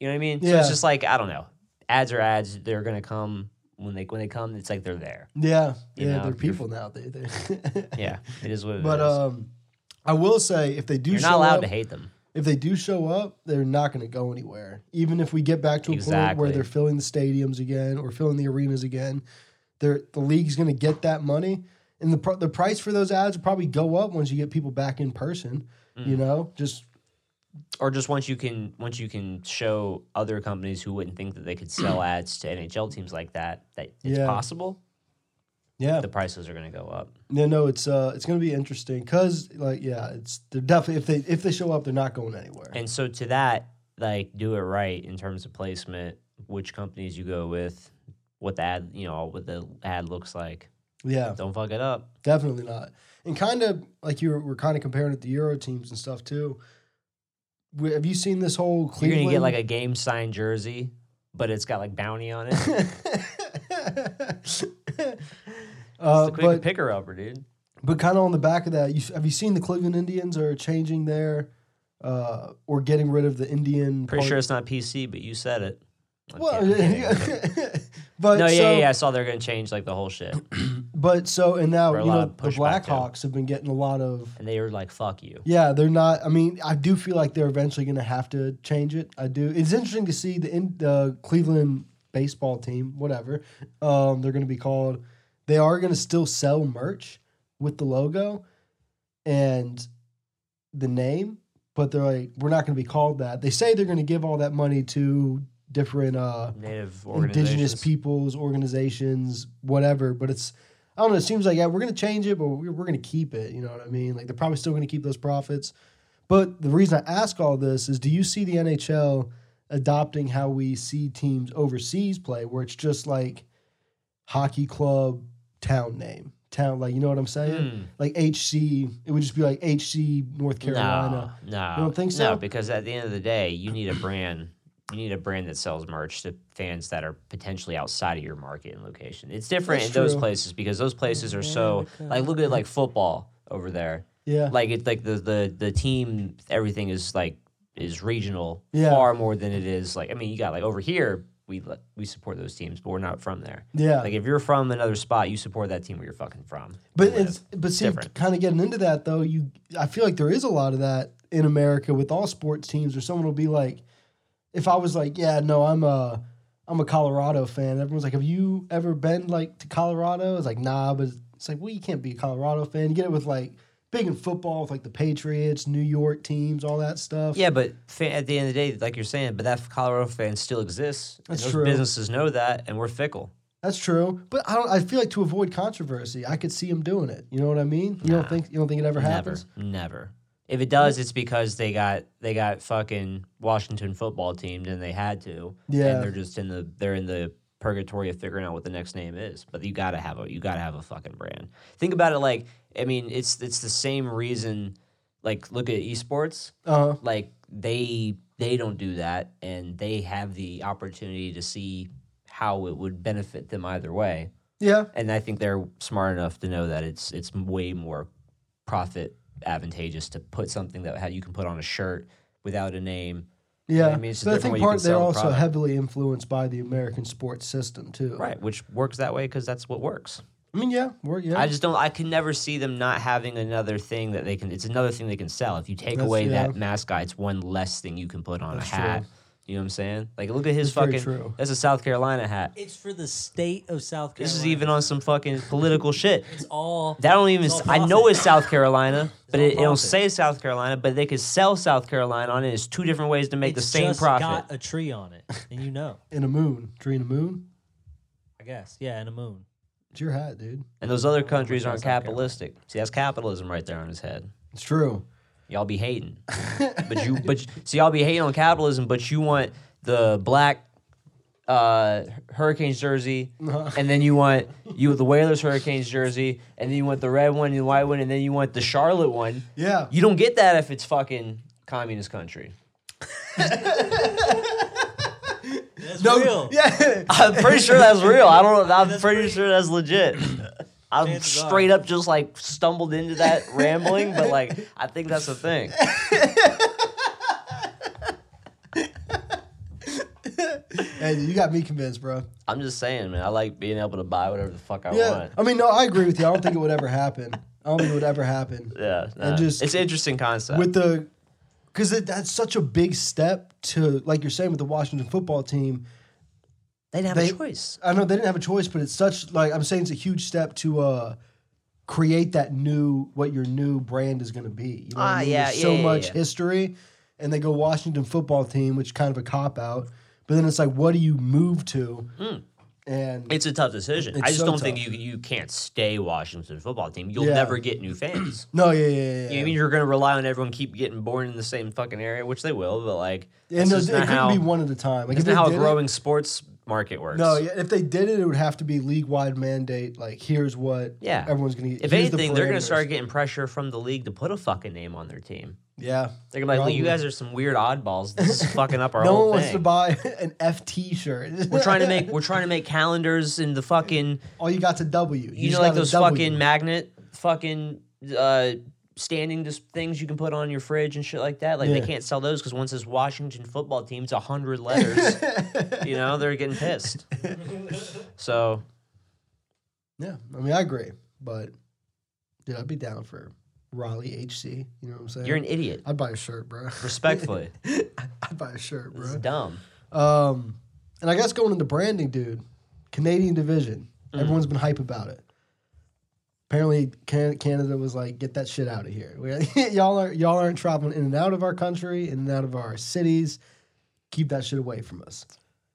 S1: you know what I mean. So
S2: Yeah.
S1: it's just like I don't know. Ads are ads. They're gonna come when they when they come. It's like they're there.
S2: yeah
S1: You
S2: yeah
S1: know,
S2: they're
S1: you're-
S2: people now they they
S1: Yeah, it is what it is.
S2: But um, I will say if they do,
S1: You're
S2: show
S1: not allowed
S2: up,
S1: to hate them.
S2: If they do show up, they're not going to go anywhere. Even if we get back to a point
S1: Exactly.
S2: where they're filling the stadiums again or filling the arenas again, they're, the league's going to get that money, and the pr- the price for those ads will probably go up once you get people back in person.
S1: Mm.
S2: You know, just
S1: or just once you can once you can show other companies who wouldn't think that they could sell ads to NHL teams like that that it's
S2: Yeah.
S1: possible,
S2: yeah.
S1: the prices are going to go up.
S2: No, no, it's uh, it's going to be interesting because like yeah, it's they're definitely if they if they show up, they're not going anywhere.
S1: And so to that, like do it right in terms of placement, which companies you go with, what the ad, you know, what the ad looks like.
S2: yeah.
S1: Don't fuck it up.
S2: Definitely not. And kind of like you were, we're kind of comparing it to Euro teams and stuff too. We, have you seen this whole
S1: You're
S2: Cleveland?
S1: going to get like a game signed jersey, but it's got like bounty on it. It's
S2: uh,
S1: the quick
S2: but
S1: picker upper, dude.
S2: but kind of on the back of that, you, have you seen the Cleveland Indians are changing their uh, or getting rid of the Indian?
S1: Pretty
S2: part-
S1: sure it's not PC, but you said it. I'm
S2: Oh, Well,
S1: kidding, I'm kidding.
S2: but
S1: No, yeah,
S2: so,
S1: yeah, yeah. I saw they're going to change like the whole shit.
S2: But so and now
S1: Or a
S2: you
S1: lot
S2: know
S1: of
S2: the
S1: pushback, too.
S2: Blackhawks have been getting a lot of
S1: And they were like, fuck you.
S2: Yeah, they're not. I mean, I do feel like they're eventually going to have to change it. I do. It's interesting to see the in, the Cleveland baseball team, whatever um, they're going to be called. They are going to still sell merch with the logo and the name, but they're like, we're not going to be called that. They say they're going to give all that money to different uh,
S1: Native
S2: indigenous
S1: organizations.
S2: peoples, organizations, whatever. But it's I don't know. It seems like yeah, we're gonna change it, but we're, we're gonna keep it. You know what I mean? Like they're probably still gonna keep those profits. But the reason I ask all this is, do you see the NHL adopting how we see teams overseas play, where it's just like hockey club town name, town like you know what I'm saying?
S1: Mm.
S2: Like HC, it would just be like HC North Carolina.
S1: No, no,
S2: You don't think
S1: No,
S2: so?
S1: because at the end of the day, you need a brand. You need a brand that sells merch to fans that are potentially outside of your market and location. It's different
S2: That's
S1: in those
S2: true.
S1: places because those places are so like look at like football over there.
S2: Yeah,
S1: Like it's like the the the team everything is like is regional
S2: Yeah.
S1: far more than it is like I mean you got like over here we le- we support those teams but we're not from there.
S2: yeah.
S1: Like if you're from another spot, you support that team where you're fucking from.
S2: But
S1: Live.
S2: it's but see,
S1: different.
S2: kind of getting into that though, you I feel like there is a lot of that in America with all sports teams, where someone will be like, if I was like, yeah, no, I'm a I'm a Colorado fan. Everyone's like, have you ever been like to Colorado? It's like, nah, but it's like, well, you can't be a Colorado fan. You get it with like big in football with like the Patriots, New York teams, all that stuff.
S1: Yeah, but fan, at the end of the day, like you're saying, but that Colorado fan still exists. and
S2: That's
S1: those
S2: true.
S1: Businesses know that, and we're fickle.
S2: that's true. But I don't. I feel like to avoid controversy, I could see them doing it. You know what I mean? You
S1: Nah.
S2: don't think you don't think it ever happens?
S1: Never, never. If it does, it's because they got they got fucking Washington football teamed, and they had to.
S2: Yeah.
S1: and they're just in the they're in the purgatory of figuring out what the next name is. But you gotta have a you gotta have a fucking brand. Think about it like I mean it's it's the same reason. Like look at esports.
S2: Uh,
S1: Like they they don't do that, and they have the opportunity to see how it would benefit them either way.
S2: yeah.
S1: And I think they're smart enough to know that it's it's way more profit advantageous to put something that how you can put on a shirt without a name.
S2: Yeah,
S1: I mean, it's just
S2: but I
S1: different way
S2: think
S1: you
S2: part
S1: can
S2: they're
S1: sell the
S2: also
S1: product.
S2: heavily influenced by the American sports system too.
S1: Right, which works that way because that's what works.
S2: I mean, yeah, we're yeah.
S1: I just don't. I can never see them not having another thing that they can. It's another thing they can sell. If you take
S2: That's-
S1: away
S2: yeah.
S1: that mascot, it's one less thing you can put on
S2: That's
S1: a
S2: true.
S1: hat. You know what I'm saying? Like, look at his
S2: That's very
S1: fucking.
S2: true.
S1: That's a South Carolina hat.
S3: It's for the state of South Carolina.
S1: This is even on some fucking political shit.
S3: It's all.
S1: That don't even.
S3: It's all
S1: I know
S3: profit.
S1: it's South Carolina, but
S3: all
S1: it, it don't
S3: profit.
S1: say South Carolina. But they could sell South Carolina on it. It's two different ways to make
S3: it's
S1: the same
S3: just
S1: profit.
S3: got a tree on it, and you know,
S2: in a moon, dream a moon.
S3: I guess. Yeah, and a moon.
S2: It's your hat, dude.
S1: and those other countries aren't
S3: South Carolina.
S1: capitalistic. See, that's capitalism right there on his head.
S2: It's true.
S1: Y'all be hating, but you but see y'all be hating on capitalism, but you want the black uh, Hurricanes jersey, and then you want you the Whalers Hurricanes jersey, and then you want the red one and the white one, and then you want the Charlotte one.
S2: Yeah,
S1: You don't get that if it's fucking communist country.
S3: That's
S2: no,
S3: real.
S2: yeah.
S1: I'm pretty sure that's real. I don't know. I'm
S3: That's
S1: pretty
S3: pretty-
S1: sure that's legit. I'm
S3: Chances are.
S1: straight up just like stumbled into that rambling, but like I think that's the thing.
S2: hey, you got me convinced, bro.
S1: I'm just saying, man. I like being able to buy whatever the fuck I
S2: Yeah,
S1: want.
S2: I mean, no, I agree with you. I don't think it would ever happen. I don't think it would ever happen.
S1: Yeah,
S2: And
S1: nah.
S2: just-
S1: it's an interesting concept.
S2: with the because that's such a big step to like you're saying with the Washington football team.
S1: they didn't have
S2: they-
S1: a choice.
S2: I know they didn't have a choice, but it's such like I'm saying it's a huge step to uh create that new what your new brand is going to be. You know what
S1: Ah,
S2: I mean?
S1: yeah,
S2: There's
S1: yeah,
S2: so
S1: yeah,
S2: much
S1: yeah.
S2: history, and they go Washington football team, which is kind of a cop out. But then it's like, what do you move to?
S1: Hmm.
S2: And
S1: It's a tough decision.
S2: It's
S1: I just
S2: so
S1: don't think
S2: tough.
S1: you you can't stay Washington football team. You'll
S2: Yeah.
S1: never get new fans.
S2: no, yeah, yeah, yeah. yeah.
S1: You know what I mean you're going to rely on everyone keep getting born in the same fucking area, which they will, but like
S2: and
S1: that's
S2: no, it
S1: just not
S2: couldn't
S1: how,
S2: be one at a time. Like
S1: that's
S2: if they
S1: not how a
S2: did it-
S1: growing sports market works.
S2: No, yeah, if they did it, it would have to be league wide mandate. Like, here's what
S1: Yeah.
S2: everyone's going to get.
S1: If
S2: here's the
S1: anything, they're going to
S2: parameters.
S1: start getting pressure from the league to put a fucking name on their team.
S2: Yeah.
S1: They're going to be like, "Look, you
S2: Probably.
S1: guys are some weird oddballs. This is fucking up our
S2: No one
S1: whole
S2: wants
S1: thing.
S2: to buy an FT shirt.
S1: we're trying to make we're trying to make calendars in the fucking
S2: All you got's a W.
S1: you
S2: just
S1: know like
S2: got a
S1: those
S2: W.
S1: fucking magnet fucking uh standing dis- things you can put on your fridge and shit like that like
S2: Yeah.
S1: they can't sell those because once it's washington football team it's 100 letters you know they're getting pissed so
S2: Yeah, I mean, I agree, but dude, I'd be down for Raleigh HC. You know what I'm saying?
S1: you're an idiot
S2: I'd buy a shirt, bro.
S1: respectfully
S2: I'd buy a shirt,
S1: it's
S2: bro.
S1: dumb
S2: Um, and I guess going into branding, dude, Canadian division.
S1: Mm.
S2: Everyone's been hype about it. Apparently, Can- Canada was like, "Get that shit out of here. We- y'all are y'all aren't traveling in and out of our country, in and out of our cities. Keep that shit away from us."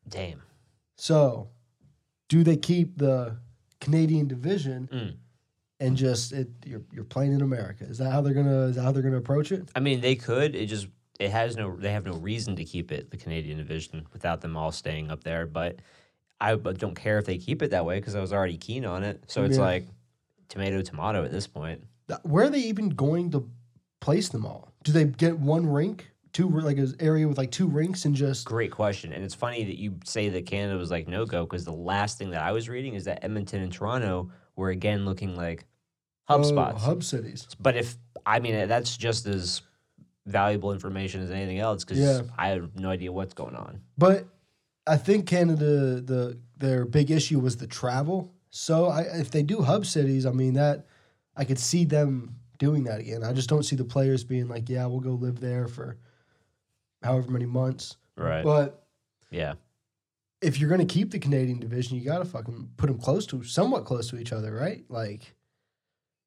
S1: damn
S2: So, do they keep the Canadian division
S1: Mm.
S2: and just it, you're you're playing in America? Is that how they're gonna is that how they're gonna approach it?
S1: i mean they could it just it has no they have no reason to keep it the canadian division without them all staying up there but i but don't care if they keep it that way because i was already keen on it so it's
S2: Yeah.
S1: like tomato tomato at this point
S2: Th- Where are they even going to place them all? Do they get one rink, two ri- like an area with like two rinks and just
S1: Great question. And it's funny that you say that Canada was like no go because the last thing that I was reading is that Edmonton and Toronto were again looking like hub
S2: Oh,
S1: spots.
S2: hub cities?
S1: But if, I mean, that's just as valuable information as anything else because
S2: Yeah.
S1: I have no idea what's going on.
S2: But I think Canada the their big issue was the travel. So I, if they do hub cities, I mean that I could see them doing that again. I just don't see the players being like, yeah, we'll go live there for however many months.
S1: Right.
S2: But
S1: yeah.
S2: if you're going to keep the Canadian division, you got to fucking put them close to somewhat close to each other, right? Like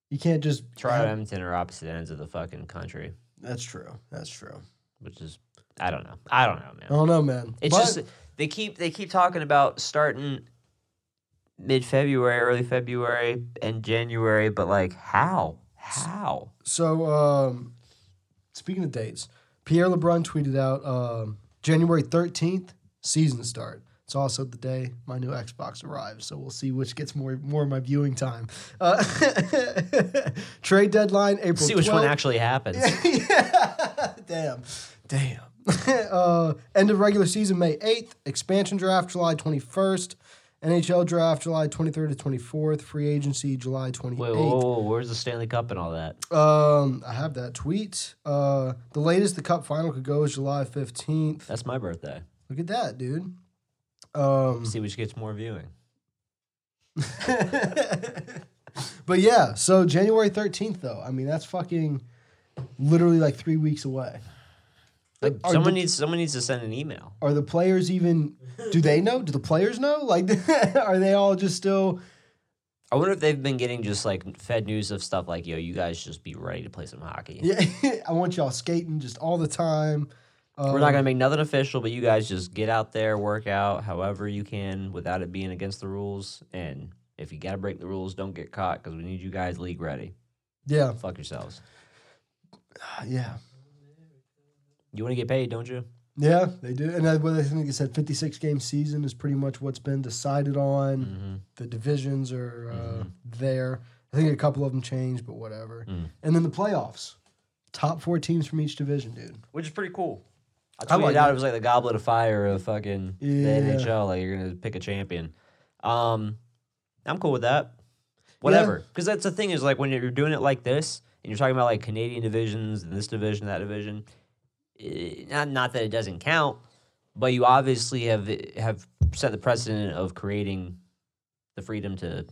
S2: you can't just
S1: Toronto and Edmonton are opposite ends of the fucking country,
S2: That's true. That's true.
S1: which is, I don't know. I don't know, man.
S2: I don't know, man.
S1: It's
S2: But-
S1: just they keep they keep talking about starting mid February, early February, and January, but like how? How?
S2: So, um, speaking of dates, Pierre LeBrun tweeted out um, January 13th, season start. It's also the day my new Xbox arrives, so we'll see which gets more more of my viewing time. Uh, trade deadline April.
S1: See which one
S2: 12th.
S1: actually happens.
S2: yeah. Damn. Damn. uh, end of regular season May 8th, expansion draft July 21st, NHL draft July 23rd to 24th, free agency July 28th.
S1: Wait, whoa, whoa, whoa, where's the Stanley Cup and all that?
S2: Um, I have that tweet. Uh, the latest the cup final could go is July 15th.
S1: That's my birthday.
S2: Look at that, dude. Um,
S1: See which gets more viewing.
S2: but yeah, so January 13th, though, I mean, that's fucking literally like three weeks away.
S1: Like
S2: Are
S1: someone
S2: the-
S1: needs someone needs to send an email.
S2: Are the players even? Do they know? Do the players know? Like, are they all just still?
S1: I wonder if they've been getting just like fed news of stuff like, yo, you guys just be ready to play some hockey.
S2: Yeah, I want y'all skating just all the time. Um,
S1: We're not gonna make nothing official, but you guys just get out there, work out however you can without it being against the rules. And if you gotta break the rules, don't get caught because we need you guys league ready.
S2: Yeah,
S1: Fuck yourselves.
S2: Um, yeah,
S1: You want to get paid, don't you?
S2: yeah. They do, and I, well, I think they said fifty-six game season is pretty much what's been decided on.
S1: Mm-hmm.
S2: The divisions are uh, there. I think a couple of them changed, but whatever.
S1: Mm-hmm.
S2: And then the playoffs, top four teams from each division, dude.
S1: Which is pretty cool. I
S2: I
S1: tweeted
S2: like
S1: out
S2: that.
S1: it was like the goblet of fire of fucking
S2: Yeah.
S1: the NHL. Like you're gonna pick a champion. Um, I'm cool with that. Whatever, because that's the thing is like when you're doing it like this, and you're talking about like Canadian divisions and this division, that division. eh, Not not that it doesn't count, but you obviously have have set the precedent of creating the freedom to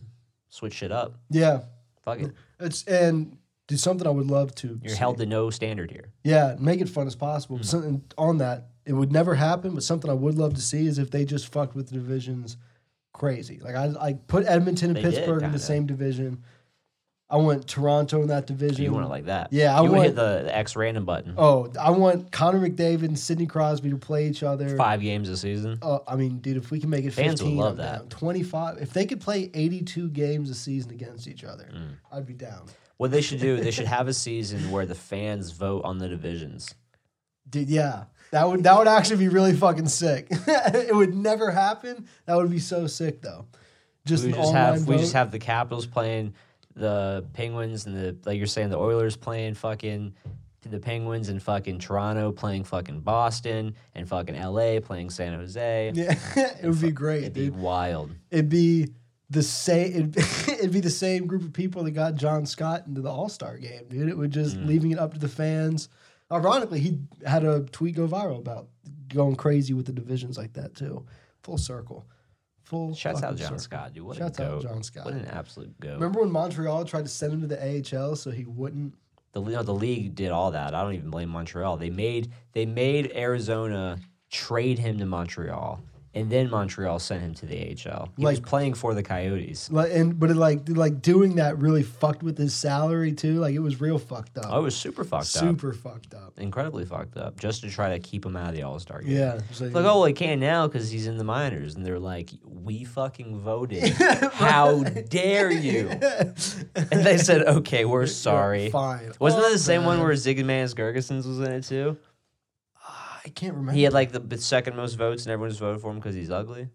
S1: switch shit up.
S2: Yeah,
S1: Fuck it,
S2: it's and. Do something I would love to.
S1: you're
S2: see.
S1: held to no standard here.
S2: Yeah, make it fun as possible.
S1: Mm-hmm.
S2: But Something on that, it would never happen. But something I would love to see is if they just fucked with the divisions crazy. Like I, I put Edmonton and
S1: They did,
S2: Pittsburgh in
S1: kinda.
S2: the same division. I want Toronto in that division.
S1: You want it like that?
S2: Yeah, I
S1: you would
S2: want-
S1: hit the, the X random button.
S2: oh, I want Connor McDavid and Sidney Crosby to play each other.
S1: Five games a season.
S2: Oh, I mean, dude, if we can make it
S1: Fans would
S2: 15,
S1: love
S2: I'm
S1: that.
S2: down. 25. If they could play 82 games a season against each other,
S1: Mm.
S2: I'd be down.
S1: What they should do, they should have a season where the fans vote on the divisions.
S2: Dude, yeah. That would that would actually be really fucking sick. it would never happen. That would be so sick though. Just
S1: We
S2: an
S1: just
S2: online
S1: have
S2: vote.
S1: we just have the Capitals playing the Penguins and the like you're saying the Oilers playing fucking the Penguins and fucking Toronto playing fucking Boston and fucking LA playing San Jose.
S2: yeah, it would be great,
S1: It'd be
S2: dude.
S1: wild.
S2: It'd be the same. It'd, it'd be the same group of people that got John Scott into the All Star game, dude. It would just
S1: Mm.
S2: leaving it up to the fans. Ironically, he had a tweet go viral about going crazy with the divisions like that too. Full circle, full.
S1: Shouts out
S2: fucking
S1: John
S2: circle.
S1: Scott, dude. What
S2: Shouts
S1: a
S2: out
S1: goat.
S2: John Scott.
S1: What an absolute goat.
S2: Remember when Montreal tried to send him to the AHL so he wouldn't
S1: The you know, the league did all that. I don't even blame Montreal. They made they made Arizona trade him to Montreal, and then Montreal sent him to the AHL. He was
S2: Like-
S1: playing for the Coyotes.
S2: Like and but it like like doing that really fucked with his salary too. Like it was real fucked up.
S1: I was super fucked up,
S2: Super fucked up.
S1: incredibly fucked up, just to try to keep him out of the All Star game.
S2: Yeah. it's
S1: It's like, oh, he can't now because he's in the minors, and they're like, we fucking voted. How dare you? And they said, okay, we're sorry.
S2: Fine.
S1: Wasn't that
S2: Oh,
S1: the same one
S2: man.
S1: where Zygmunt Gergesens was in it too?
S2: I can't remember.
S1: He had like the b- second most votes, and everyone's voted for him because he's ugly.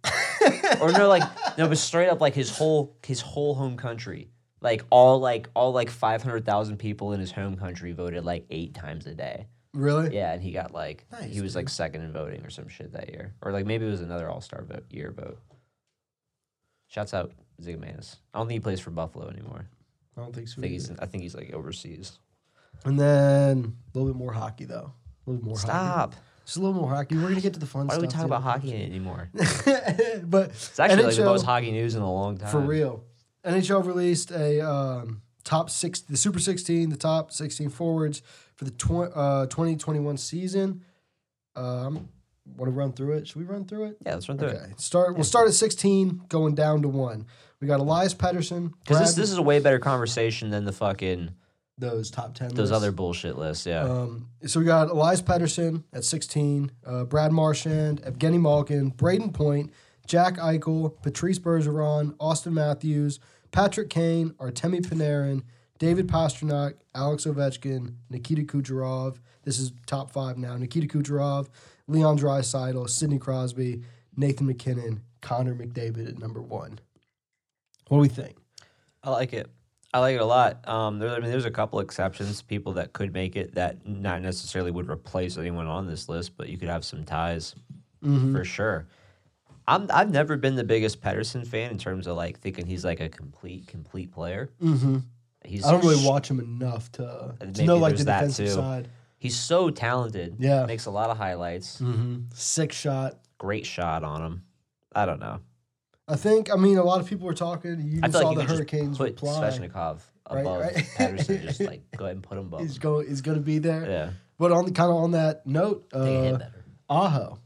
S1: or no, like no, but straight up, like his whole his whole home country, like all like all like five hundred thousand people in his home country voted like eight times a day.
S2: really?
S1: Yeah, and he got like
S2: Nice,
S1: he was like second in voting or some shit that year, or like maybe it was another All Star vote year vote. Shouts out Zygmunt. I don't think he plays for Buffalo anymore.
S2: I don't think
S1: I
S2: so.
S1: think he's
S2: either.
S1: I think he's like overseas.
S2: And then a little bit more hockey though. A little bit more hockey.
S1: Stop.
S2: Just a little more hockey. We're gonna get to the fun
S1: Why do
S2: stuff.
S1: we talk about hockey anymore? It's
S2: hockey? but it's
S1: actually like the most hockey news in a long time.
S2: For real. NHL released a um, top six, the Super 16, the top 16 forwards for the tw- uh, 2021 season. Um, Want to run through it? Should we run through it?
S1: Yeah, let's run through it.
S2: Okay. Start. We'll start at 16, going down to one. We got Elias Patterson.
S1: Because this,
S2: Brad-
S1: this is a way better conversation than the fucking
S2: those top 10.
S1: those
S2: lists.
S1: other bullshit lists. Yeah,
S2: Um, so we got Elias Patterson at 16, uh, Brad Marchand, Evgeny Malkin, Braden Point, Jack Eichel, Patrice Bergeron, Austin Matthews, Patrick Kane, Artemi Panarin, David Pasternak, Alex Ovechkin, Nikita Kucherov. This is top five now. Nikita Kucherov, Leon Draisaitl, Sidney Crosby, Nathan McKinnon, Connor McDavid at number one. What do we think?
S1: I like it. I like it a lot. Um, there, I mean, there's a couple exceptions, people that could make it that not necessarily would replace anyone on this list, but you could have some ties
S2: Mm-hmm.
S1: for sure. I'm, I've never been the biggest Pedersen fan in terms of like thinking he's like a complete, complete player.
S2: Mm-hmm.
S1: He's
S2: I don't really
S1: sh-
S2: watch him enough to, to
S1: Maybe
S2: know like
S1: there's
S2: the
S1: that
S2: defensive
S1: too.
S2: side.
S1: He's so talented.
S2: Yeah.
S1: makes a lot of highlights.
S2: Mm-hmm. Six shot.
S1: Great shot on him. I don't know.
S2: I think. I mean, a lot of people were talking. You
S1: I
S2: even
S1: feel
S2: saw
S1: like you
S2: the
S1: could just
S2: Hurricanes
S1: put
S2: reply.
S1: Svechnikov
S2: Right,
S1: above
S2: right.
S1: Patterson. Just like go ahead and put him above.
S2: He's
S1: him.
S2: going. He's going to be there.
S1: Yeah,
S2: But on kind of on that note,
S1: they hit
S2: uh,
S1: better.
S2: Aho.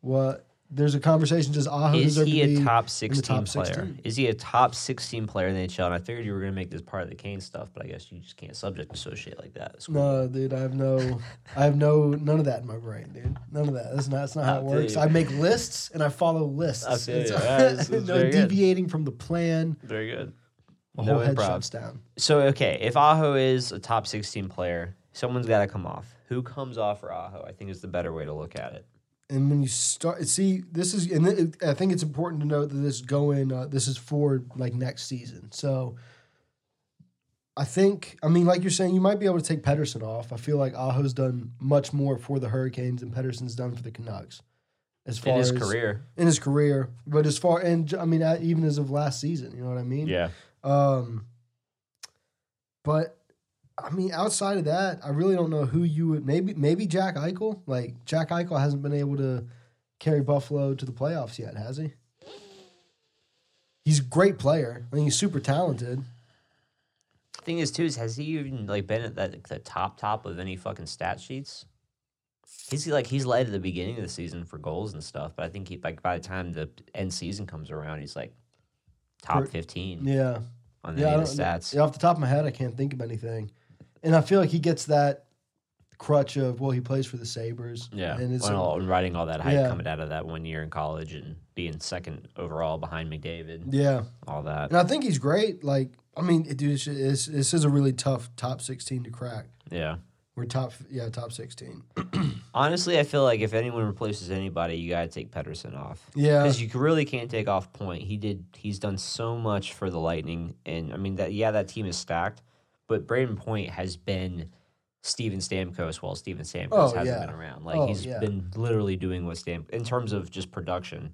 S2: What? There's a conversation. Does Aho
S1: Is
S2: deserve
S1: he
S2: to be
S1: a top
S2: in the
S1: 16
S2: top
S1: player?
S2: 16?
S1: Is he a top 16 player in the NHL? And I figured you were going to make this part of the Kane stuff, but I guess you just can't subject associate like that. It's cool.
S2: No, dude, I have no, I have no, none of that in my brain, dude. None of that. That's not, that's not how it
S1: I feel
S2: works.
S1: you.
S2: I make lists and I follow lists.
S1: I feel
S2: It's-
S1: you. Yeah, this is
S2: no
S1: very good.
S2: deviating from the plan.
S1: Very good.
S2: The
S1: No
S2: whole head
S1: improv.
S2: shuts down.
S1: So, okay, if Aho is a top 16 player, someone's got to come off. Who comes off for Aho, I think is the better way to look at it.
S2: And when you start, see, this is, and it, I think it's important to note that this going, uh, this is for like next season. So I think, I mean, like you're saying, you might be able to take Pedersen off. I feel like Aho's done much more for the Hurricanes than Pedersen's done for the Canucks. As far
S1: In his
S2: as
S1: career.
S2: in his career, but as far and I mean uh, even as of last season, you know what I mean?
S1: Yeah.
S2: Um, but I mean outside of that, I really don't know who you would maybe maybe Jack Eichel. Like Jack Eichel hasn't been able to carry Buffalo to the playoffs yet, has he? He's a great player. I mean, he's super talented.
S1: Thing is, too, is has he even like been at that, the top top of any fucking stat sheets? He's like he's led at the beginning of the season for goals and stuff, but I think he like by the time the end season comes around, he's like top
S2: Per-
S1: fifteen
S2: Yeah.
S1: on
S2: Yeah, I
S1: any of
S2: don't-
S1: the stats.
S2: Yeah, off the top of my head, I can't think of anything. And I feel like he gets that crutch of well, he plays for the Sabres.
S1: Yeah,
S2: And
S1: and
S2: it's
S1: all, and riding all that hype
S2: Yeah.
S1: coming out of that one year in college and being second overall behind McDavid,
S2: yeah.
S1: all that.
S2: And I think he's great. Like, I mean, it- dude, it's, ju- it's, this is a really tough top 16 to crack.
S1: Yeah,
S2: We're top, yeah, top 16.
S1: honestly, I feel like if anyone replaces anybody, you gotta take Pedersen off
S2: Yeah.
S1: because you c- really can't take off Point. He did. He's done so much for the Lightning, and I mean that. Yeah, that team is stacked, but Braden Point has been. Steven Stamkos, while Steven Stamkos
S2: Oh,
S1: hasn't
S2: yeah.
S1: been around, like
S2: Oh,
S1: he's
S2: yeah.
S1: been literally doing what Stam in terms of just production.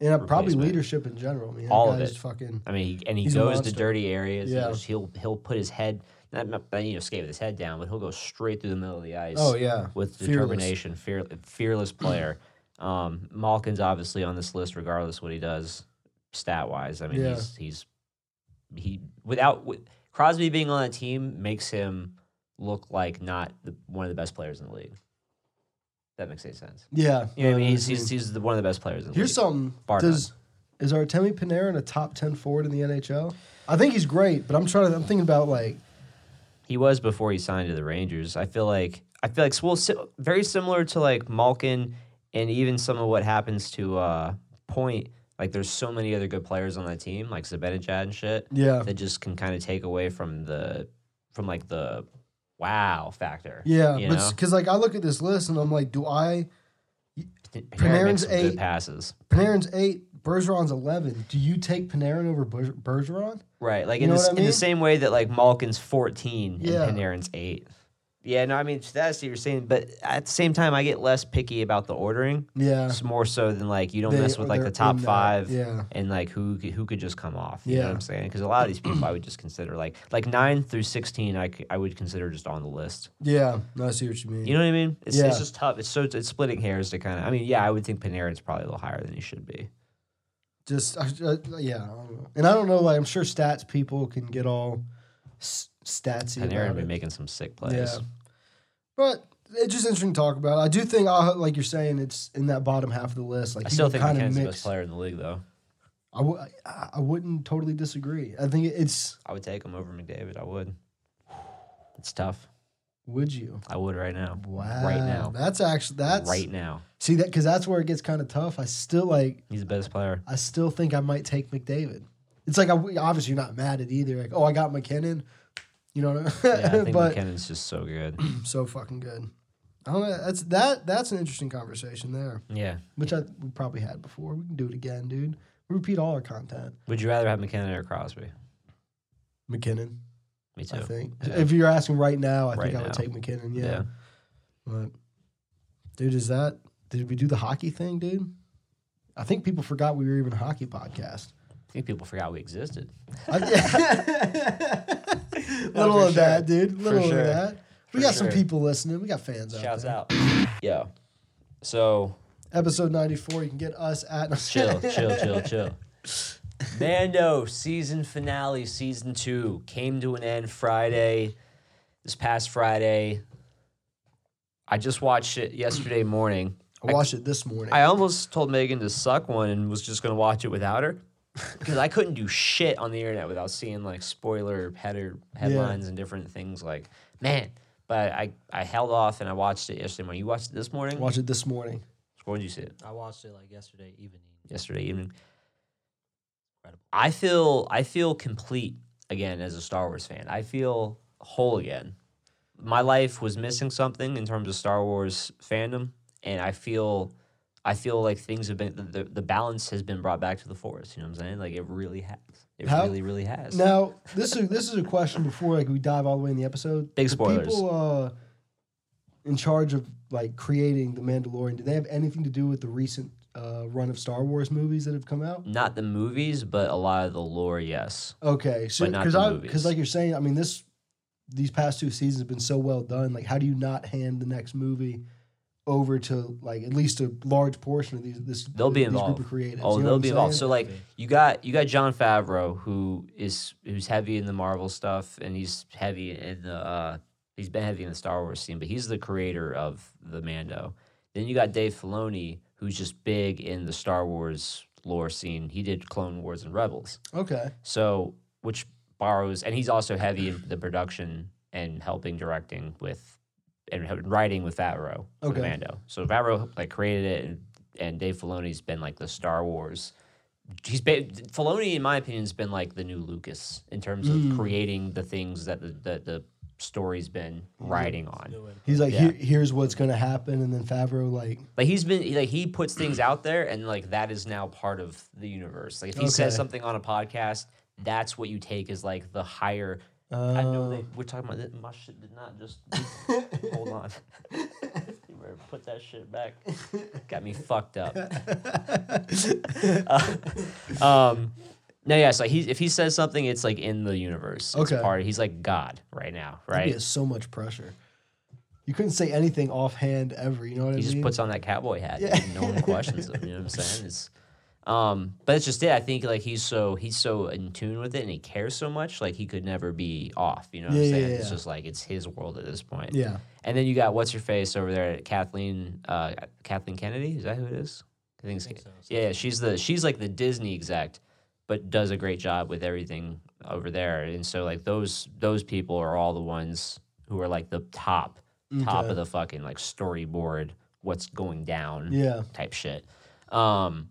S2: And uh, probably
S1: Replacement.
S2: leadership in general. I mean, that
S1: All of
S2: guy's
S1: it.
S2: fucking,
S1: I mean, he, and he
S2: He's a
S1: goes to
S2: monster.
S1: dirty areas.
S2: Yeah.
S1: Yeah. He'll he'll put his head not, not not, you know skate with his head down, but he'll go straight through the middle of the ice.
S2: oh, yeah.
S1: with
S2: fearless.
S1: determination, fear, fearless player. um, Malkin's obviously on this list, regardless what he does stat wise. I mean,
S2: Yeah.
S1: he's he's he without with, Crosby being on that team makes him look like not the, one of the best players in the league. That makes any sense.
S2: Yeah.
S1: You know what I
S2: no,
S1: mean?
S2: no,
S1: He's,
S2: I mean-
S1: he's, he's the, one of the best players in the
S2: Here's
S1: league.
S2: something.
S1: Bar
S2: Does is Artemi Panarin a top ten forward in the NHL? I think he's great, but I'm trying. to I'm thinking about like
S1: He was before he signed to the Rangers. I feel like I feel like well, si- very similar to like Malkin and even some of what happens to uh, Point. Like there's so many other good players on that team, like Zibanejad and shit,
S2: yeah,
S1: that just can kind of take away from the from like the wow factor.
S2: yeah,
S1: you
S2: but
S1: know,
S2: because like I look at this list and I'm like, do I
S1: Panarin
S2: Panarin's
S1: makes some
S2: eight.
S1: good passes,
S2: Panarin's eight, Bergeron's eleven. Do you take Panarin over Berge- Bergeron?
S1: right? Like
S2: You
S1: in,
S2: know
S1: the,
S2: what I
S1: in
S2: mean?
S1: the same way that like Malkin's 14
S2: Yeah.
S1: and Panarin's eight. Yeah, no, I mean that's what you're saying, but at the same time, I get less picky about the ordering.
S2: Yeah,
S1: It's more so than like you don't
S2: They-
S1: mess with like
S2: they're
S1: the top
S2: in that,
S1: five
S2: yeah.
S1: and like who could- who could just come off. You know
S2: Yeah.
S1: what I'm saying? Because a lot of these people I would just consider like like nine through sixteen I, c- I would consider just on the list.
S2: yeah. No, I see what you mean.
S1: You know what I mean? It's,
S2: Yeah.
S1: it's just tough. It's so it's splitting hairs to kind of. I mean, yeah, I would think Panarin's probably a little higher than he should be.
S2: just I, I, yeah, I don't know. and I don't know. Like I'm sure stats people can get all s- statsy
S1: Panarin
S2: about
S1: would be
S2: it,
S1: making some sick plays.
S2: Yeah. but it's just interesting to talk about. I do think, uh, like you're saying, it's in that bottom half of the list. Like
S1: I still think
S2: people kind of
S1: McKinnon's the best
S2: mix.
S1: player in the league though.
S2: I w- I, I wouldn't totally disagree. I think it's
S1: I would take him over McDavid. I would. It's tough.
S2: would you?
S1: I would right now.
S2: Wow.
S1: Right now.
S2: That's actually that's
S1: Right now.
S2: See that because that's where it gets kind of tough. I still like
S1: He's the best player.
S2: I still think I might take McDavid. It's like I, obviously you're not mad at either. Like oh I got McKinnon, you know what I mean?
S1: Yeah, I think
S2: but
S1: McKinnon's just so good.
S2: so fucking good. I don't know. That's that. That's an interesting conversation there,
S1: Yeah.
S2: which I we probably had before. We can do it again, dude. We repeat all our content.
S1: Would you rather have McKinnon or Crosby?
S2: McKinnon,
S1: Me too.
S2: I think.
S1: Yeah.
S2: If you're asking right now, I
S1: Right
S2: think I would
S1: now.
S2: take McKinnon. Yeah.
S1: Yeah.
S2: But, dude, is that did we do the hockey thing, dude? I think people forgot we were even a hockey podcast.
S1: I think people forgot we existed.
S2: I- little
S3: for
S2: of that, dude. Little
S1: Oh, sure.
S2: of that. We
S1: For
S2: got some
S1: sure.
S2: people listening. We got fans out
S1: Shouts
S2: there.
S1: out. Yeah. So
S2: Episode 94. You can get us at
S1: chill, chill, chill, chill. Mando season finale, season two came to an end Friday, this past Friday. I just watched it yesterday morning.
S2: I watched it this morning.
S1: I almost told Megan to suck one and was just gonna watch it without her because I couldn't do shit on the internet without seeing like spoiler header headlines and different things like man. But I I held off and I watched it yesterday morning. You watched it this morning.
S2: watched it this morning.
S1: When did you see it?
S3: I watched it like yesterday evening.
S1: Yesterday evening.
S3: Incredible.
S1: I feel I feel complete again as a Star Wars fan. I feel whole again. My life was missing something in terms of Star Wars fandom, and I feel I feel like things have been the, the, the balance has been brought back to the force. You know what I'm saying? Like it really has. It
S2: How-
S1: really really has.
S2: Now, this is this is a question before like we dive all the way in the episode.
S1: Big
S2: The
S1: spoilers.
S2: people uh, in charge of like creating the Mandalorian, do they have anything to do with the recent uh, run of Star Wars movies that have come out?
S1: Not the movies, but a lot of the lore. Yes.
S2: Okay, so
S1: But not
S2: because
S1: the
S2: I
S1: movies.
S2: because like you're saying, I mean this these past two seasons have been so well done. Like, how do you not hand the next movie over to like at least a large portion of these this
S1: They'll be
S2: these
S1: involved.
S2: group of creatives?
S1: Oh,
S2: you know what
S1: they'll
S2: I'm
S1: be involved.
S2: saying?
S1: So like you got you got John Favreau who is who's heavy in the Marvel stuff and he's heavy in the uh he's been heavy in the Star Wars scene, but he's the creator of the Mando. Then you got Dave Filoni who's just big in the Star Wars lore scene. He did Clone Wars and Rebels.
S2: okay,
S1: So which borrows and he's also heavy in the production and helping directing with and h- writing with Favreau for the
S2: Okay.
S1: Mando. So Favreau like created it and, and Dave Filoni's been like the Star Wars he's been Filoni in my opinion has been like the new Lucas in terms of creating the things that the, the, the story's been riding on.
S2: he's like,
S1: Yeah.
S2: Here, here's what's gonna happen, and then Favreau like
S1: Like he's been he- like he puts things out there, and like that is now part of the universe. Like if he says
S2: Okay.
S1: something on a podcast, that's what you take as like the higher. I know
S2: Oh.
S1: they, we're talking about that. My shit did not just hold on. you better put that shit back. Got me fucked up. Uh, um, no, yeah. So he if he says something, it's like in the universe. It's
S2: Okay.
S1: part. He's like God right now,
S2: He
S1: right?
S2: has so much pressure. You couldn't say anything offhand ever. You know what I
S1: He
S2: mean?
S1: just puts on that cowboy hat. And no one questions him. You know what I'm saying? It's, um, but it's just it. I think like he's so he's so in tune with it, and he cares so much. Like he could never be off. You know what I'm
S2: Yeah,
S1: saying?
S2: yeah,
S1: It's
S2: yeah.
S1: just like it's his world at this point.
S2: yeah.
S1: And then you got what's her face over there, Kathleen uh, Kathleen Kennedy. Is that who it is? I think, it's,
S3: think so,
S1: yeah, yeah. She's the she's like the Disney exec, but does a great job with everything over there. And so like those those people are all the ones who are like the top top
S2: Okay.
S1: of the fucking like storyboard. What's going down?
S2: Yeah.
S1: Type shit. Um.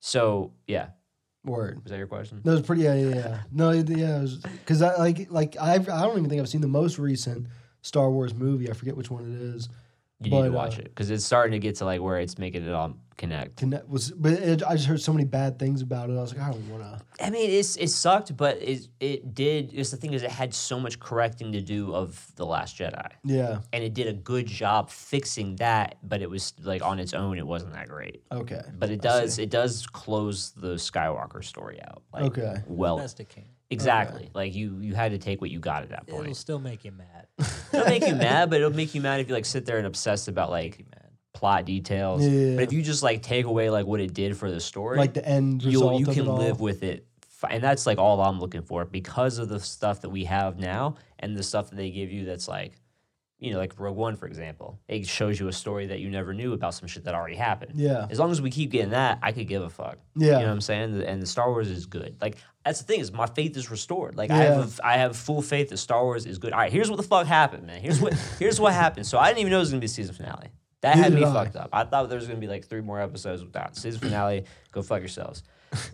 S1: So yeah,
S2: Word.
S1: was that your question?
S2: That was pretty. Yeah, yeah, yeah. No, it- yeah, because I like like I I don't even think I've seen the most recent Star Wars movie. I forget which one it is.
S1: You need
S2: But,
S1: to
S2: uh,
S1: watch it because it's starting to get to like where it's making it all connect.
S2: Connect was, but it, I just heard so many bad things about it. I was like, I don't want to.
S1: I mean, it's it sucked, but it it did. It's the thing is, it had so much correcting to do of the Last Jedi,
S2: Yeah.
S1: and it did a good job fixing that. But it was like on its own, it wasn't that great.
S2: Okay.
S1: But it does it does close the Skywalker story out. Like,
S2: Okay.
S1: Well,
S3: Best it can.
S1: exactly. Like you you had to take what you got at that
S3: It'll
S1: point.
S3: still make you mad.
S1: It'll make you mad, but it'll make you mad if you like sit there and obsess about like
S3: You mad.
S1: plot details.
S2: Yeah.
S1: But if you just like take away like what it did for the story,
S2: Like the end result
S1: you'll, you
S2: of
S1: can
S2: it all.
S1: live with it fi- and that's like all i'm looking for because of the stuff that we have now and the stuff that they give you that's like you know like rogue one for example it shows you a story that you never knew about some shit that already happened
S2: Yeah.
S1: as long as we keep getting that i could give a fuck
S2: Yeah.
S1: you know what i'm saying and the star wars is good like that's the thing is my faith is restored like i have a
S2: Yeah.
S1: f- I have full faith that star wars is good all right here's what the fuck happened man here's what here's what happened so i didn't even know it was gonna be a season finale that had
S2: Neither
S1: me
S2: did I.
S1: fucked up. I thought there was gonna be like three more episodes without season finale. Go fuck yourselves.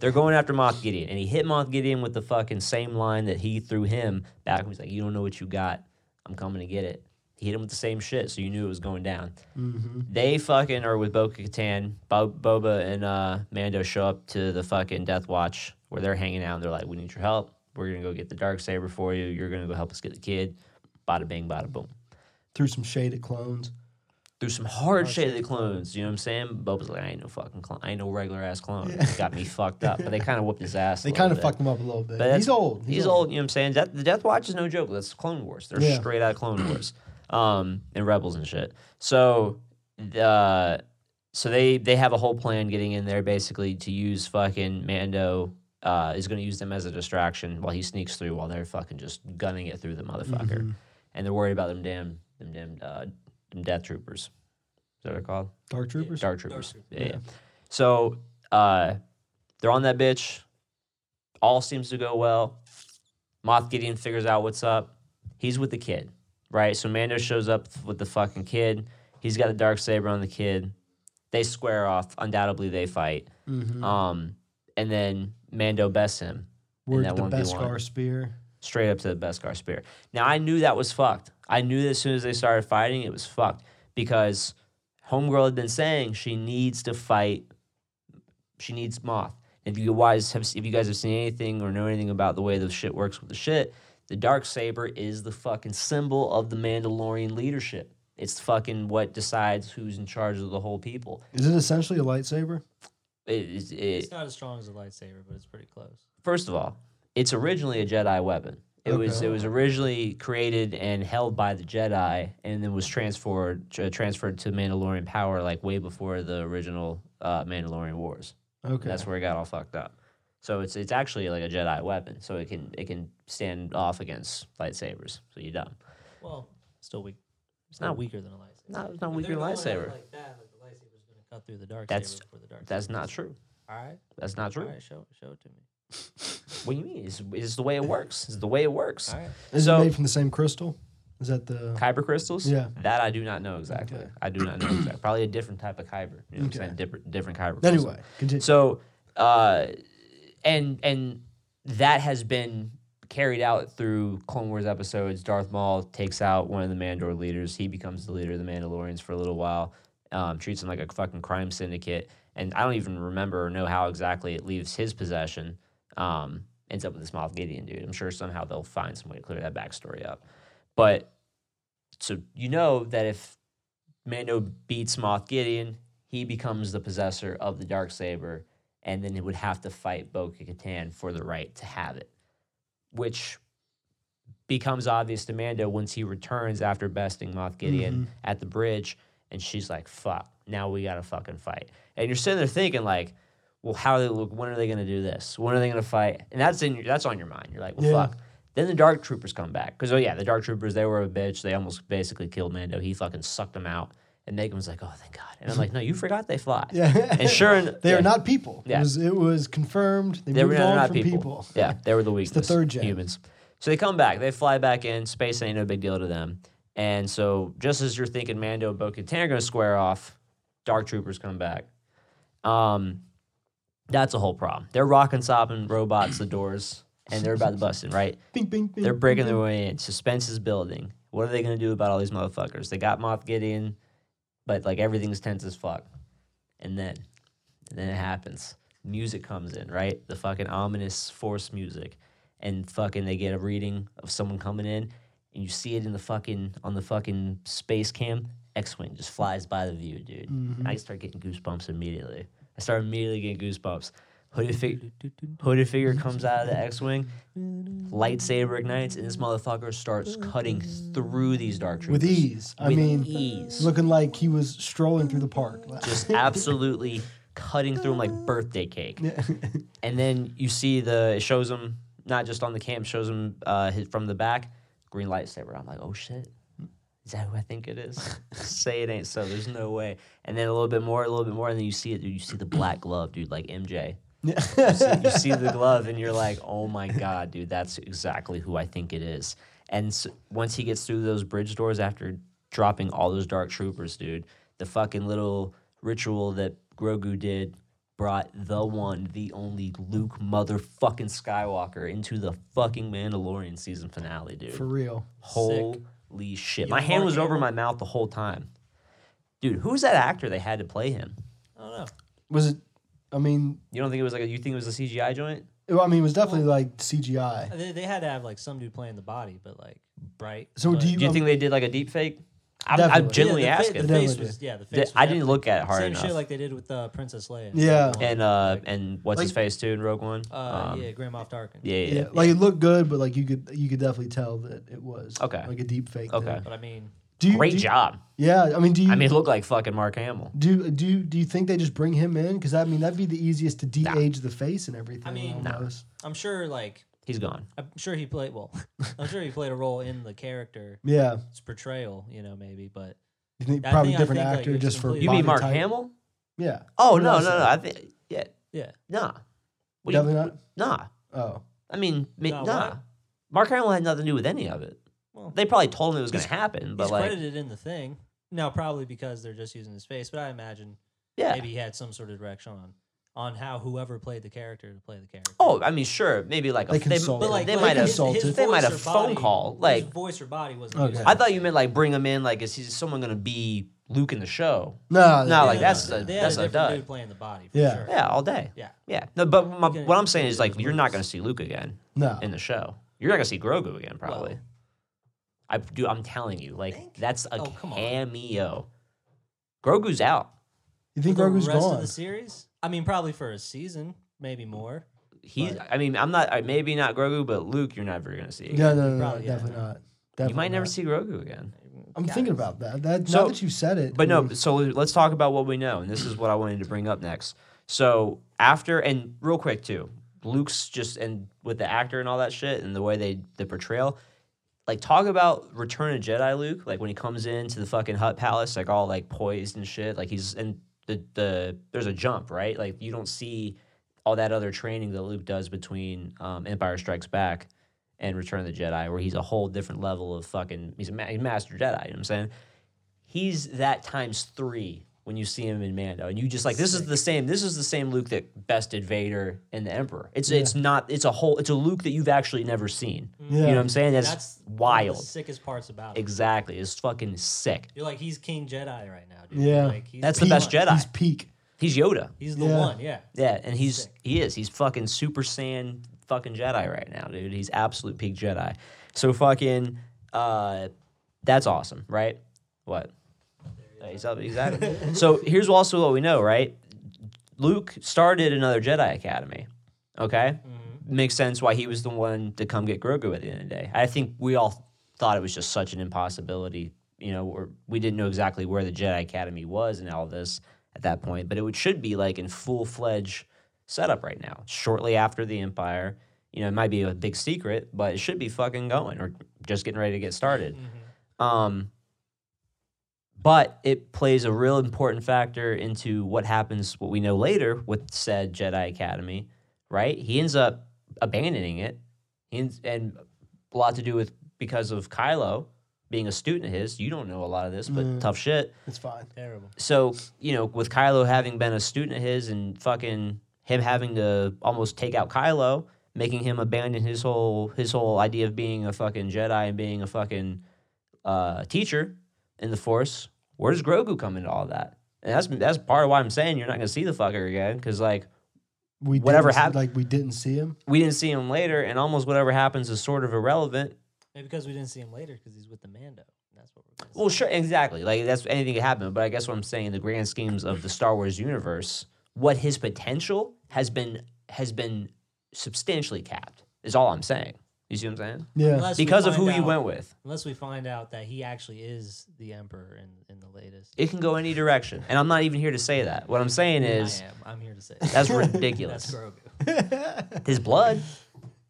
S1: They're going after Moth Gideon, and he hit Moth Gideon with the fucking same line that he threw him back. He's like, "You don't know what you got. I'm coming to get it." He hit him with the same shit, so you knew it was going down.
S2: Mm-hmm.
S1: They fucking are with Boca Katan. Bo- Boba and uh, Mando show up to the fucking Death Watch where they're hanging out. and They're like, "We need your help. We're gonna go get the dark saber for you. You're gonna go help us get the kid." Bada bing, bada boom.
S2: Threw some shade at clones.
S1: Through some hard shade of the clones, you know what I'm saying? Boba's like, I ain't no fucking clone. I ain't no regular ass clone. It Got me fucked up. But they kind of whooped his ass. a
S2: They
S1: little
S2: kind of
S1: bit.
S2: fucked him up a little bit.
S1: But that's-
S2: he's old.
S1: He's, old. You know what I'm saying? Death, the Death Watch is no joke. That's Clone Wars. They're
S2: Yeah.
S1: straight out Clone Wars, um, and Rebels and shit. So, the so they they have a whole plan getting in there basically to use fucking Mando. Uh, is going to use them as a distraction while he sneaks through while they're fucking just gunning it through the motherfucker, and they're worried about them damn them damn uh, them death troopers. Is that what they're called?
S2: Dark troopers.
S1: Dark troopers. Yeah. yeah. So uh, they're on that bitch. All seems to go well. Moth Gideon figures out what's up. He's with the kid, right? So Mando shows up with the fucking kid. He's got the dark saber on the kid. They square off. Undoubtedly, they fight.
S2: Mhm.
S1: Um, and then Mando bests him
S2: Word
S1: that
S2: to the
S1: 1v1.
S2: Beskar spear.
S1: straight up to the Beskar spear. Now I knew that was fucked. I knew that as soon as they started fighting, it was fucked because Homegirl had been saying she needs to fight. She needs Moth. If you guys have, if you guys have seen anything or know anything about the way the shit works with the shit, the dark saber is the fucking symbol of the Mandalorian leadership. It's fucking what decides who's in charge of the whole people.
S2: Is it essentially a lightsaber?
S1: It, it,
S3: It's
S1: it,
S3: not as strong as a lightsaber, but it's pretty close.
S1: first of all, it's originally a Jedi weapon. It was
S2: Okay.
S1: it was originally created and held by the Jedi, and then was transferred tr- transferred to Mandalorian power like way before the original uh, Mandalorian Wars.
S2: Okay.
S1: That's where it got all fucked up. So it's it's actually like a Jedi weapon, so it can it can stand off against lightsabers. So you dumb.
S3: Well, still weak. It's
S1: not-
S3: not weaker than a lightsaber.
S1: Oh. Not not
S3: If
S1: weaker
S3: they're
S1: than
S3: going out
S1: lightsaber.
S3: Like that, like the lightsaber's gonna cut through the dark
S1: That's-
S3: saber before the dark.
S1: That's not true.
S3: All right,
S1: That's not
S3: all
S1: true.
S3: right, show show it to me.
S1: What do you mean? It's, it's the way it works. It's the way it works.
S3: All right,
S2: Is
S1: so-
S2: it made from the same crystal? Is that the?
S1: Kyber crystals?
S2: Yeah.
S1: That I do not know exactly.
S2: Okay.
S1: I do not know exactly. Probably a different type of Kyber. You know what I'm
S2: Okay.
S1: saying? Different, different Kyber. crystal.
S2: Anyway, continue.
S1: So, uh, and and that has been carried out through Clone Wars episodes. Darth Maul takes out one of the Mandalore leaders. He becomes the leader of the Mandalorians for a little while. Um, treats him like a fucking crime syndicate. And I don't even remember or know how exactly it leaves his possession. Um, ends up with this Moff Gideon dude. I'm sure somehow they'll find some way to clear that backstory up. But so you know that if Mando beats Moth Gideon, he becomes the possessor of the dark saber, and then it would have to fight Bo Katan for the right to have it, which becomes obvious to Mando once he returns after besting Moth Gideon at the bridge, and she's like, "Fuck, now we gotta fucking fight." And you're sitting there thinking like. Well, how they look? When are they going to do this? When are they going to fight? And that's in your, that's on your mind. You're like, well,
S2: Yeah.
S1: fuck. Then the Dark Troopers come back. Because, oh, yeah, the Dark Troopers, they were a bitch. They almost basically killed Mando. He fucking sucked them out. And Megan was like, oh, thank God. And I'm like, no, you forgot they fly.
S2: yeah.
S1: And sure, en-
S2: they
S1: yeah,
S2: are not people.
S1: Yeah.
S2: It was it was confirmed. They,
S1: They were
S2: moved
S1: they're
S2: on
S1: not
S2: from
S1: people.
S2: people.
S1: Yeah, they were the weakness.
S2: the third gen.
S1: Humans. So they come back. They fly back in. Space ain't no big deal to them. And so just as you're thinking Mando and Bo-Katan are going to square off, Dark Troopers come back. Um, that's a whole problem. They're rocking, sopping robots, the doors, and they're about to bust in, right?
S2: Bing, bing, bing.
S1: They're breaking their way in. Suspense is building. What are they going to do about all these motherfuckers? They got Moth Gideon, but like everything's tense as fuck. And then, and then it happens. Music comes in, right? The fucking ominous force music, and fucking they get a reading of someone coming in, and you see it in the fucking on the fucking space cam. X-wing just flies by the view, dude.
S2: Mm-hmm.
S1: I start getting goosebumps immediately. I start immediately getting goosebumps. Hooded, fig- hooded figure comes out of the X-wing lightsaber ignites, and this motherfucker starts cutting through these dark troopers
S2: with ease. I
S1: With
S2: mean,
S1: ease.
S2: looking like he was strolling through the park.
S1: just absolutely cutting through them like birthday cake.
S2: Yeah.
S1: And then you see the it shows him not just on the cam, shows him uh, his, from the back green lightsaber. I'm like, oh shit. Is that who I think it is? Say it ain't so. There's no way. And then a little bit more, a little bit more, and then you see it, dude. You see the black glove, dude, like MJ. you, see, you see the glove and you're like, oh my god, dude, that's exactly who I think it is. And s once he gets through those bridge doors after dropping all those dark troopers, dude, the fucking little ritual that Grogu did brought the one, the only Luke motherfucking Skywalker into the fucking Mandalorian season finale, dude.
S2: For real.
S1: Holy holy shit!
S3: You
S1: my
S3: know
S1: hand
S3: Mark
S1: was over
S3: Hamill?
S1: my mouth the whole time. Dude, who's that actor they had to play him?
S3: I don't know.
S2: Was it? I mean,
S1: You don't think it was like a, you think it was a CGI joint?
S2: it- I mean, it was definitely like CGI.
S3: They, they had to have like some dude playing the body, but like right.
S2: So
S3: but-
S2: do
S1: Do you
S2: Um,
S1: think they did like a deep fake? I'm, I'm
S2: Definitely.
S1: genuinely
S3: yeah, the fa-
S1: asking.
S3: The face
S2: Definitely.
S3: was yeah. The face.
S1: Th-
S3: was
S1: I didn't
S3: definitely-
S1: look at it hard
S3: Same
S1: enough.
S3: shit like they did with uh, Princess Leia. in
S2: Yeah.
S3: Rogue One.
S1: and uh
S3: Like,
S1: and what's his
S2: Like-
S1: face too in Rogue One?
S3: uh,
S1: Um,
S3: yeah, Grand Moff Tarkin.
S1: yeah, yeah,
S2: Yeah, like it looked good, but like you could you could definitely tell that it was
S1: Okay.
S2: like a deep fake.
S1: Okay.
S2: thing.
S3: But I mean,
S2: Do you,
S1: Great
S2: do you-
S1: job.
S2: Yeah, I mean, do you?
S1: I mean, it looked like fucking Mark Hamill.
S2: do do you- do you think they just bring him in? Because I mean, that'd be the easiest to de-age the face and everything.
S3: I mean,
S1: Nah.
S2: almost.
S3: I'm sure like
S1: He's gone.
S3: I'm sure he played well. I'm sure he played a role in the character's
S2: yeah,
S3: portrayal. You know, maybe, but
S2: you think,
S3: I
S2: probably
S3: think- I
S2: different
S3: think, like,
S2: actor
S3: it's
S2: just for
S3: completely-
S1: You mean
S2: body
S1: Mark
S2: type.
S1: Hamill?
S2: Yeah,
S1: Oh
S2: What
S1: no,
S2: else
S1: no,
S2: is
S1: no. I think yeah,
S3: yeah,
S1: nah. What do you-
S2: definitely not.
S1: Nah.
S2: Oh,
S1: I mean, ma-
S3: Nah,
S1: nah.
S3: what?
S1: Mark Hamill had nothing to do with any of it.
S3: Well,
S1: They probably told him it was going to
S3: he's-
S1: happen, but
S3: he's
S1: like,
S3: credited in the thing. Now, probably because they're just using his face, but I imagine
S1: yeah.
S3: maybe he had some sort of direction on on how whoever played the character to play the character.
S1: Oh, I mean, sure, maybe like a,
S2: They
S1: they,
S2: consulted.
S1: but like, they
S2: like,
S1: might have.
S2: consulted.
S1: they might
S3: voice
S1: have
S3: or
S1: phone call, like-
S3: his voice or body wasn't.
S2: Okay.
S3: used.
S1: I thought you meant like bring him in, like is he someone going to be Luke in the show?
S2: no,
S3: Yeah,
S1: Nah, like,
S3: no,
S1: that's
S3: no,
S1: a-
S3: they had
S1: that's a
S3: a different
S1: dud.
S3: dude playing the body. For
S2: Yeah.
S3: sure.
S1: Yeah, all day.
S3: Yeah.
S1: yeah. No, but my,
S3: Okay.
S1: what I'm saying is like you're not
S3: Lucas.
S1: going to see Luke again
S2: no.
S1: in the show. You're not going to see Grogu again, probably.
S3: Well.
S1: I do. I'm telling you, like
S3: Think?
S1: that's a
S3: Oh, come on.
S1: cameo. Grogu's out.
S2: You
S3: For
S2: think
S3: the
S2: Grogu's
S3: rest
S2: gone?
S3: of the series? I mean, probably for a season, maybe more.
S1: He's.
S3: But-
S1: I mean, I'm not. I- Maybe not Grogu, but Luke, you're never going to see. Again.
S2: No, no, no, no,
S3: Probably, yeah,
S2: definitely
S3: no.
S2: not. Definitely
S1: you might never
S2: not.
S1: see Grogu again.
S2: I'm
S3: God.
S2: thinking about that. That
S1: So-
S2: now that you've said it,
S1: But
S2: I
S1: no,
S2: mean,
S1: so let's talk about what we know, and this is what I wanted to bring up next. So after, and real quick too, Luke's just and with the actor and all that shit, and the way they the portrayal, like talk about Return of Jedi Luke, like when he comes into the fucking Hut Palace, like all like poised and shit, like he's and the the there's a jump right, like you don't see all that other training that Luke does between um, Empire Strikes Back and Return of the Jedi, where he's a whole different level of fucking he's a ma- he's a master Jedi. You know what I'm saying? he's that times three when you see him in Mando, and you just like this is the same. This is the same Luke that bested Vader and the Emperor. It's it's not. It's a whole. It's a Luke that you've actually never seen. You know
S2: Yeah.
S1: what I'm saying? That's,
S3: one of the
S1: wild.
S3: sickest parts about it.
S1: Exactly. It's fucking sick.
S3: You're like he's King Jedi right now, dude.
S2: Yeah.
S3: like, he's
S1: That's the
S2: peak-
S1: best
S3: one.
S1: Jedi.
S2: He's peak.
S1: He's Yoda.
S3: He's the
S2: Yeah.
S3: one. Yeah,
S1: Yeah, and he's
S3: Sick.
S1: he is. He's fucking Super Saiyan fucking Jedi right now, dude. He's absolute peak Jedi. So fucking uh that's awesome, right? What? Uh, He's up, exactly. so here's also what we know, right? Luke started another Jedi Academy. Okay? Makes sense why he was the one to come get Grogu at the end of the day. I think we all thought it was just such an impossibility, you know, or we didn't know exactly where the Jedi Academy was and all this at that point, but it would, should be like in full fledged setup right now, shortly after the Empire. You know, it might be a big secret, but it should be fucking going or just getting ready to get started. Um, but it plays a real important factor into what happens what we know later with said jedi academy right he ends up abandoning it he ends, and a lot to do with because of kylo being a student of his you don't know a lot of this but
S2: Mm.
S1: tough shit
S2: It's fine.
S3: terrible.
S1: so you know with kylo having been a student of his and fucking him having to almost take out kylo making him abandon his whole his whole idea of being a fucking jedi and being a fucking uh, teacher in the Force, where does Grogu come into all that? And that's that's part of why I'm saying you're not gonna see the fucker again because like
S2: We
S1: Whatever
S2: didn't see-
S1: happened-
S2: like we didn't see him.
S1: we didn't see him later, and almost whatever happens is sort of irrelevant.
S3: Maybe because we didn't see him later because he's with the Mando. That's what we're. Gonna
S1: Well, sure, exactly. Like that's anything could happen. But I guess what I'm saying, in the grand schemes of the Star Wars universe, what his potential has been has been substantially capped is all I'm saying. You see what I'm saying?
S2: Yeah,
S3: Unless we
S1: Because of
S3: find
S1: who you
S3: out-
S1: went with.
S3: Unless we find out that he actually is the emperor in, in the latest.
S1: It can go any direction. And I'm not even here to say that. What I'm saying is
S3: I am. I'm here to say
S1: that's
S3: that's
S1: ridiculous.
S3: Grogu.
S1: his blood.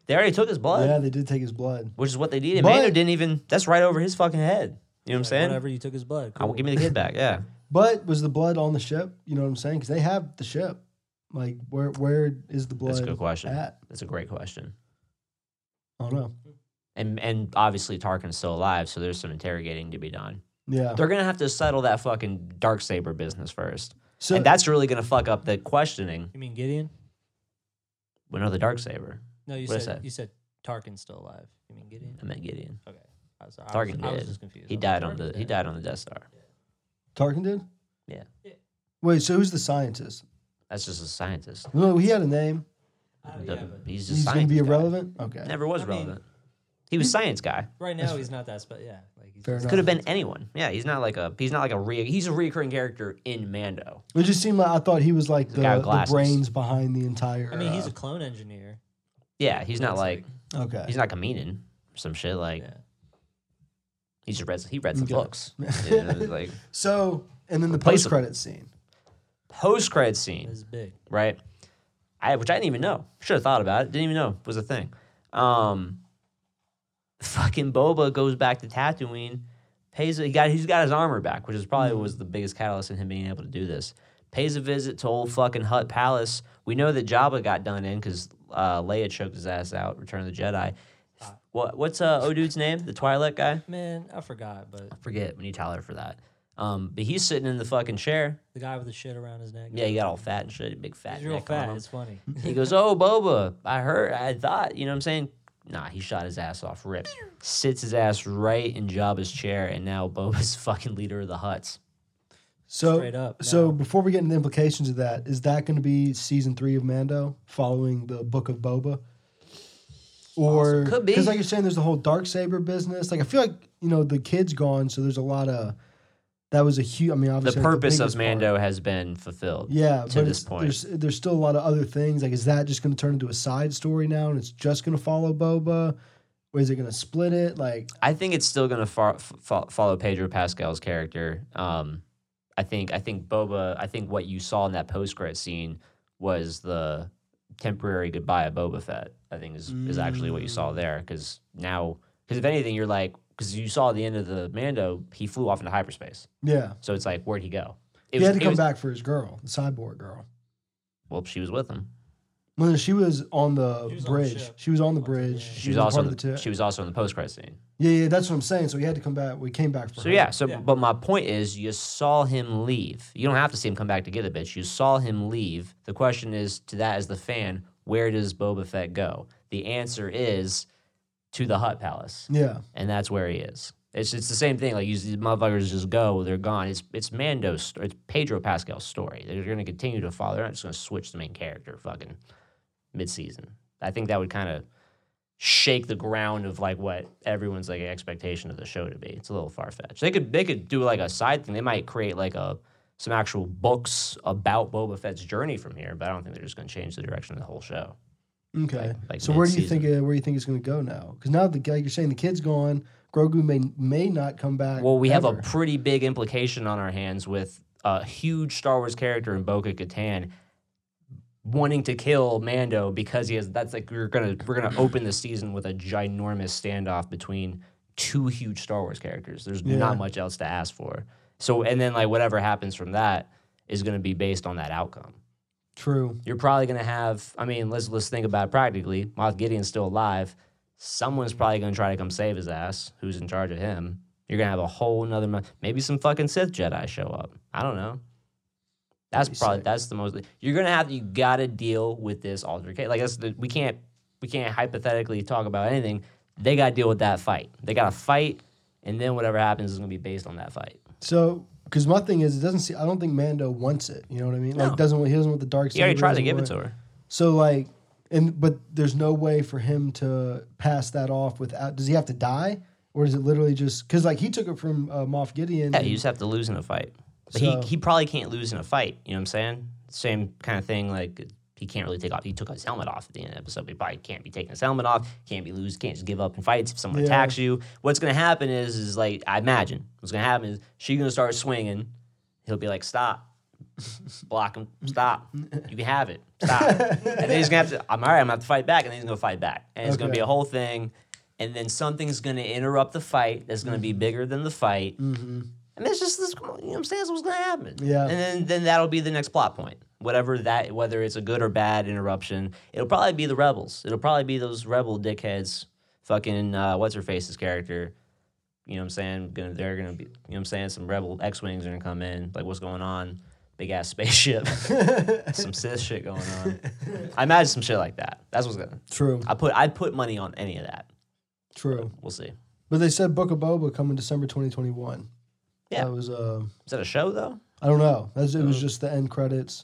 S1: They already took his blood.
S2: yeah, they did take his blood.
S1: which is what they needed.
S2: But-
S1: Mando didn't even. That's right over his fucking head. You know what I'm
S3: Like,
S1: saying?
S3: Whatever you took his blood.
S1: I
S3: cool.
S1: will give me the kid back. Yeah.
S2: But was the blood on the ship? You know what I'm saying? Because they have the ship. Like where where is the blood?
S1: That's a good question.
S2: At?
S1: That's a great question.
S2: I don't know.
S1: And and obviously Tarkin's still alive, so there's some interrogating to be done.
S2: Yeah.
S1: They're gonna have to settle that fucking dark saber business first,
S2: So
S1: and that's really gonna fuck up the questioning.
S3: You mean Gideon?
S1: We know the dark saber.
S3: No, you
S1: What I
S3: said
S1: said.
S3: you said Tarkin's still alive. You mean Gideon?
S1: I meant Gideon.
S3: Okay. I was, I was,
S1: Tarkin
S3: I was
S1: did.
S3: just confused.
S1: He
S3: I was
S1: died
S3: like,
S1: on
S3: Tarkin
S1: the he
S3: did.
S1: died on the Death Star.
S2: Tarkin did.
S1: Yeah.
S3: Yeah.
S2: Wait, so who's the scientist?
S1: That's just a scientist.
S2: No, he had a name.
S3: Uh,
S1: The-
S3: yeah, but
S1: he's a
S2: He's gonna
S1: scientist.
S2: be
S1: guy.
S2: irrelevant. Okay.
S1: Never was
S3: I mean-
S1: relevant. he was science guy.
S3: right now he's not that, but yeah, like he's
S2: Fair
S3: just-
S2: enough.
S1: Could have been anyone. Yeah, he's not like a he's not like a re, he's a recurring character in Mando.
S2: It just seemed like I thought he was like the,
S1: guy with
S2: the
S1: glasses.
S2: brains behind the entire.
S3: I mean, he's
S2: uh,
S3: a clone engineer.
S1: Yeah, he's not
S3: That's
S1: like
S2: okay.
S1: he's not Kameenan or some shit. Like
S3: Yeah.
S1: he just read he read some
S2: Okay.
S1: books. You know, like
S2: so, and then the post
S1: Replaceable.
S2: credit scene.
S1: post credit scene,
S3: That's big.
S1: right? I which I didn't even know. Should have thought about it. Didn't even know was a thing. Um, fucking Boba goes back to Tatooine. Pays a, he got he's got his armor back, which is probably was the biggest catalyst in him being able to do this. Pays a visit to old fucking Hut Palace. We know that Jabba got done in because uh, Leia choked his ass out. Return of the Jedi. What what's uh, Odude's name? The Twilight guy.
S3: Man, I forgot, but
S1: forget we need Tyler for that. Um, but he's sitting in the fucking chair.
S3: the guy with the shit around his neck.
S1: Yeah, he got all fat and shit, big fat
S3: he's real
S1: neck on
S3: fat.
S1: him.
S3: It's funny.
S1: He goes, "Oh, Boba, I heard, I thought, you know what I'm saying." Nah, he shot his ass off, rip. Sits his ass right in Jabba's chair, and now Boba's fucking leader of the Huts.
S2: So,
S3: Straight up,
S2: so
S3: no.
S2: before we get into the implications of that, is that going to be season three of Mando following the Book of Boba? Or
S1: Could be.
S2: because, like you're saying, there's the whole dark saber business. Like, I feel like you know the kid's gone, so there's a lot of that was a huge. I mean,
S1: The
S2: obviously that's
S1: purpose
S2: biggest
S1: of
S2: part.
S1: Mando has been fulfilled. to
S2: Yeah, but
S1: this
S2: it's-
S1: point.
S2: there's there's still a lot of other things. Like, is that just going to turn into a side story now, and it's just going to follow Boba, or is it going to split it? Like,
S1: I think it's still gonna fo- fo- follow Pedro Pascal's character. Um, I think I think Boba. I think what you saw in that post credit scene was the temporary goodbye of Boba Fett. I think is is actually what you saw there
S2: Mm.
S1: because now because if anything you're like because you saw the end of the Mando he flew off into hyperspace
S2: yeah,
S1: so it's like where'd he go? It
S2: he had to
S1: it
S2: come back for his girl, the cyborg girl.
S1: Well, she was with him.
S2: When she was on the
S3: She was on the
S2: bridge,
S3: ship.
S2: she was on the
S3: Yeah.
S2: bridge.
S1: She, was, also
S2: part
S1: in
S2: of the
S1: the,
S2: two.
S1: she was also in the post credit scene.
S2: yeah, yeah, that's what I'm saying. So he had to come back. We came back for
S1: So
S2: her.
S1: yeah, so
S3: Yeah.
S1: but my point is you saw him leave. You don't have to see him come back to get the bitch. You saw him leave. The question is to that as the fan, where does Boba Fett go? The answer is to the Hut Palace.
S2: yeah.
S1: And that's where he is. It's it's the same thing. Like you these motherfuckers just go, they're gone. It's it's Mando's sto- it's Pedro Pascal's story. They're gonna continue to follow. They're not just gonna switch the main character fucking mid season. I think that would kind of shake the ground of like what everyone's like expectation of the show to be. It's a little far fetched. They could they could do like a side thing. They might create like a some actual books about Boba Fett's journey from here, but I don't think they're just gonna change the direction of the whole show.
S2: Okay.
S1: Like- like
S2: so where do you
S1: mid-season.
S2: think uh, where do you think it's going to go now? Because now the like you're saying the kid's gone. Grogu may may not come back.
S1: Well, we have a
S2: ever.
S1: pretty big implication on our hands with a huge Star Wars character in Boca Katan wanting to kill Mando because he has. That's like we're gonna we're gonna open the season with a ginormous standoff between two huge Star Wars characters. There's
S2: Yeah.
S1: not much else to ask for. So and then like whatever happens from that is gonna be based on that outcome.
S2: true.
S1: You're probably gonna have. I mean, let's let's think about it practically. Moth Gideon's still alive. Someone's probably gonna try to come save his ass. Who's in charge of him? You're gonna have a whole another. Maybe some fucking Sith Jedi show up. I don't know. That's
S2: That'd be
S1: probably
S2: sick.
S1: that's the most. You're gonna have you gotta deal with this altercation. Like that's the, we can't we can't hypothetically talk about anything. They gotta deal with that fight. They gotta fight, and then whatever happens is gonna be based on that fight.
S2: So because my thing is, it doesn't. See, I don't think Mando wants it. You know what I mean? Like
S1: No.
S2: doesn't want he doesn't want the dark.
S1: He already
S2: saber,
S1: tried to
S2: doesn't
S1: give it
S2: want-
S1: to her.
S2: So like, and but there's no way for him to pass that off without. Does he have to die, or is it literally just because like he took it from uh, Moff Gideon?
S1: Yeah,
S2: and-
S1: you just have to lose in a fight. But
S2: So-
S1: he, he probably can't lose in a fight. You know what I'm saying? Same kind of thing. Like he can't really take off. He took his helmet off at the end of the episode. But he probably can't be taking his helmet off. Can't be lose. Can't just give up in fights if someone
S2: Yeah.
S1: attacks you. What's gonna happen is is like I imagine what's gonna happen is she's gonna start swinging. He'll be like, stop. Block him. Stop. You can have it. Stop. and then he's gonna have to. I'm all right. I'm gonna have to fight back. And then he's gonna fight back. And it's gonna
S2: Okay.
S1: be a whole thing. And then something's gonna interrupt the fight. That's gonna
S2: Mm.
S1: be bigger than the fight. And that's just this, you know what I'm saying? That's what's going to happen.
S2: Yeah.
S1: And then, then that'll be the next plot point. Whatever that, whether it's a good or bad interruption, it'll probably be the rebels. It'll probably be those rebel dickheads, fucking, uh, what's her face's character. You know what I'm saying? Gonna, they're going to be, you know what I'm saying? Some rebel X Wings are going to come in. Like, what's going on? Big ass spaceship. some Sith shit going on. I imagine some shit like that. That's what's going to,
S2: True.
S1: I put, I put money on any of that.
S2: True.
S1: We'll see.
S2: But they said Book of Boba coming December 2021.
S1: Yeah.
S2: That was, uh,
S1: Is that a show though?
S2: I don't know. That's, it was
S1: Oh.
S2: just the end credits.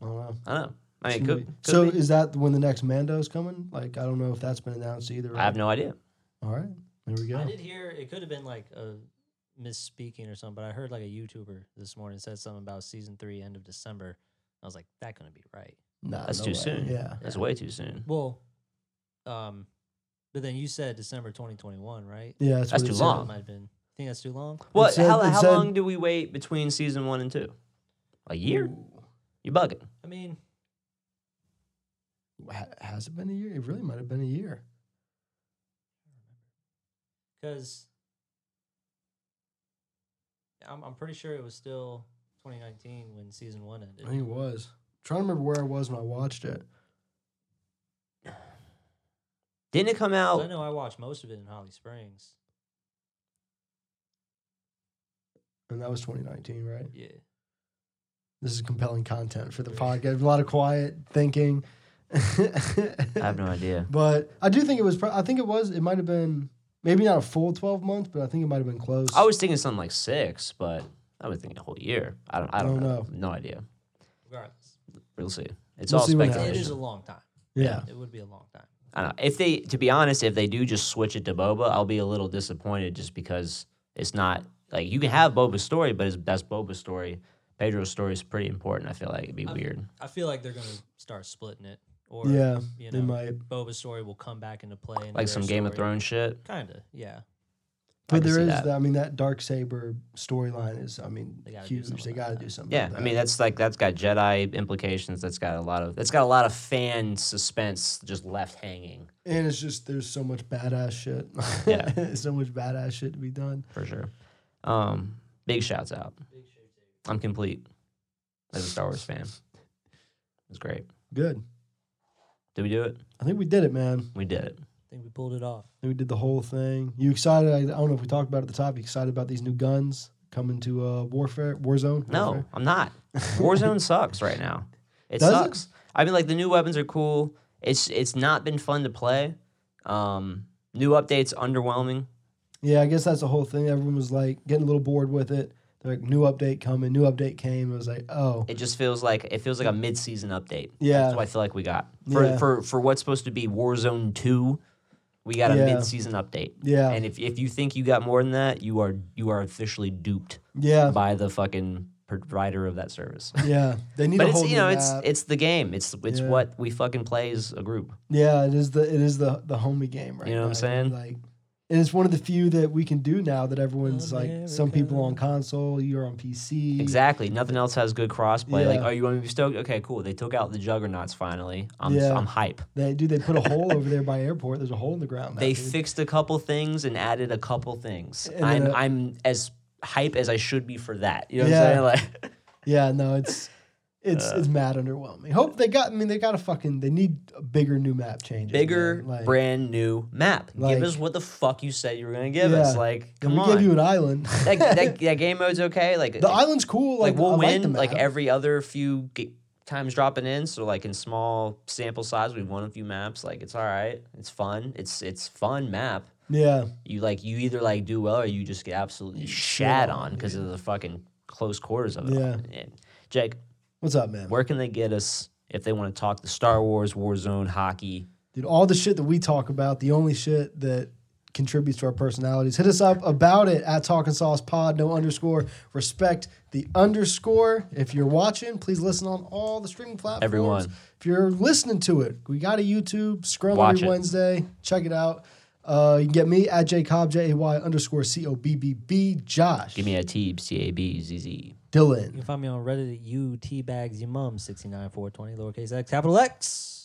S2: I don't know.
S1: I don't know. I mean,
S2: Seemed
S1: could,
S2: to be-
S1: could
S2: so
S1: be.
S2: is that when the next Mando's coming? Like, I don't know if that's been announced either.
S1: I have no idea.
S2: All right. There we
S3: I
S2: go.
S3: did hear it could have been like a misspeaking or something, but I heard like a YouTuber this morning said something about season three end of December. I was like, that couldn't be right.
S2: Nah,
S1: That's
S2: no
S1: too
S2: way.
S1: soon.
S2: Yeah.
S1: That's
S3: Yeah.
S1: way too soon.
S3: Well, um, but then you said December 2021, right?
S2: Yeah. That's,
S1: That's
S2: what it
S1: too
S2: said.
S3: So
S1: long.
S3: It might have been. Think that's too long.
S1: What?
S2: said-
S1: how
S2: it
S1: how
S2: said-
S1: long do we wait between season one and two? A year? You bugging?
S3: I mean,
S2: Ha- Has it been a year? It really might have been a year.
S3: because I'm I'm pretty sure it was still 2019 when season one
S2: I
S3: ended.
S2: think it was. trying to remember where I was when I watched it.
S1: Didn't it come
S3: 'Cause I
S1: out?
S3: know I watched most of it in Holly Springs.
S2: And that was 2019, right?
S3: Yeah.
S2: This is compelling content for the podcast. A lot of quiet thinking.
S1: I have no idea.
S2: But I do think it was. pro- I think it was. It might have been maybe not a full twelve months, but I think it might have been close.
S1: I was thinking something like six, but I was thinking a whole year. I don't. I don't, know. No idea.
S3: Regardless,
S1: We'll see. It's
S2: We'll
S1: all
S2: see what happens.
S3: it
S1: speculation.
S3: is a long time.
S2: yeah.
S3: It would be a long time.
S1: I don't know. If they, to be honest, if they do just switch it to Boba, I'll be a little disappointed just because it's not like you can have Boba's story, but it's, that's Boba's story. Pedro's story is pretty important. I feel like it'd be
S3: I'm-
S1: weird.
S3: I feel like they're gonna start splitting it, or
S2: Yeah,
S3: you
S2: they
S3: know,
S2: might.
S3: Boba's story will come back into play, into
S1: Like
S3: their
S1: some Game of
S3: story.
S1: Thrones shit.
S3: kinda. Yeah,
S1: I
S2: But
S1: can
S2: there
S1: see
S2: is.
S1: that.
S2: The, I mean, that dark saber storyline is. I mean,
S3: They gotta do
S2: huge.
S3: something
S2: they
S3: about
S2: got to
S3: that.
S2: do something.
S1: Yeah,
S2: about
S1: I mean
S2: that.
S1: that's like that's got Jedi implications. That's got a lot of that's got a lot of fan suspense just left hanging
S2: and it's just there's so much badass shit.
S1: Yeah.
S2: so much badass shit to be done.
S1: for sure. Um, big shouts out. I'm complete as a Star Wars fan. It's great.
S2: Good.
S1: Did we do it?
S2: I think we did it, man.
S1: We did it.
S3: I think we pulled it off.
S2: I think we did the whole thing. You excited? I, I don't know if we talked about it at the top. You excited about these new guns coming to uh, warfare, warzone?
S1: No,
S2: Warfare?
S1: I'm not. Warzone sucks right now. It
S2: Does it?
S1: sucks. I mean, like the new weapons are cool. It's it's not been fun to play. Um, new updates underwhelming.
S2: Yeah, I guess that's the whole thing. Everyone was like getting a little bored with it. They're like, new update coming, new update came. I was like, oh,
S1: It just feels like it feels like a mid season update.
S2: yeah,
S1: That's what I feel like we got for
S2: Yeah.
S1: for for what's supposed to be Warzone two. We got a
S2: Yeah.
S1: mid season update.
S2: yeah,
S1: And if, if you think you got more than that, you are you are officially duped
S2: yeah,
S1: by the fucking provider of that service.
S2: yeah. They need
S1: but
S2: a
S1: it's
S2: whole
S1: you
S2: new
S1: know it's
S2: map.
S1: it's the game. It's it's
S2: Yeah.
S1: what we fucking play as a group.
S2: yeah, it is the it is the the homie game right
S1: You know what I'm saying?
S2: now. Like, and it's one of the few that we can do now that everyone's like, some people on
S3: America.
S2: console, you're on PC.
S1: Exactly. Nothing else has good crossplay. Like,
S2: Yeah.
S1: oh, you want me to be stoked? Okay, cool. They took out the juggernauts finally. I'm
S2: Yeah.
S1: I'm hype.
S2: They do. They put a hole over there by airport. There's a hole in the ground. now,
S1: They
S2: dude.
S1: fixed a couple things and added a couple things.
S2: And then
S1: I'm
S2: a-
S1: I'm as hype as I should be for that. You know
S2: Yeah.
S1: what I'm saying? Like,
S2: Yeah, no, it's it's
S1: Uh.
S2: it's mad underwhelming. Hope they got. I mean, they got a fucking. They need a bigger new map changes.
S1: bigger,
S2: man. like,
S1: brand new map.
S2: Like-
S1: give us what the fuck you said you were gonna give
S2: Yeah.
S1: us. Like,
S2: Can
S1: come
S2: we
S1: on.
S2: give you an island?
S1: that, that, that game mode's okay. Like,
S2: The
S1: like,
S2: island's cool. Like,
S1: like, we'll
S2: I Like, the
S1: win
S2: map.
S1: like, every other few g- times dropping in. So like in small sample size, we've won a few maps. Like it's all right. It's fun. It's it's fun map.
S2: yeah,
S1: You like you either like do well or you just get absolutely shat on because of the fucking close quarters of it. all. And Jake,
S2: what's up, man?
S1: where can they get us if they want to talk the Star Wars Warzone hockey?
S2: Dude, all the shit that we talk about, the only shit that contributes to our personalities. Hit us up about it at Talking Sauce Pod. No underscore. Respect the underscore. If you're watching, please listen on all the streaming platforms.
S1: Everyone.
S2: If you're listening to it, we got a YouTube
S1: Watch
S2: Scrumbery
S1: it.
S2: Wednesday. Check it out. Uh, you can get me at J Cobb J A Y underscore C O B B B Josh
S1: Give me a T C A B Z E. Z.
S3: You
S2: Dylan.
S3: can find me on Reddit at u t bags your mum sixty nine four twenty lowercase x capital X.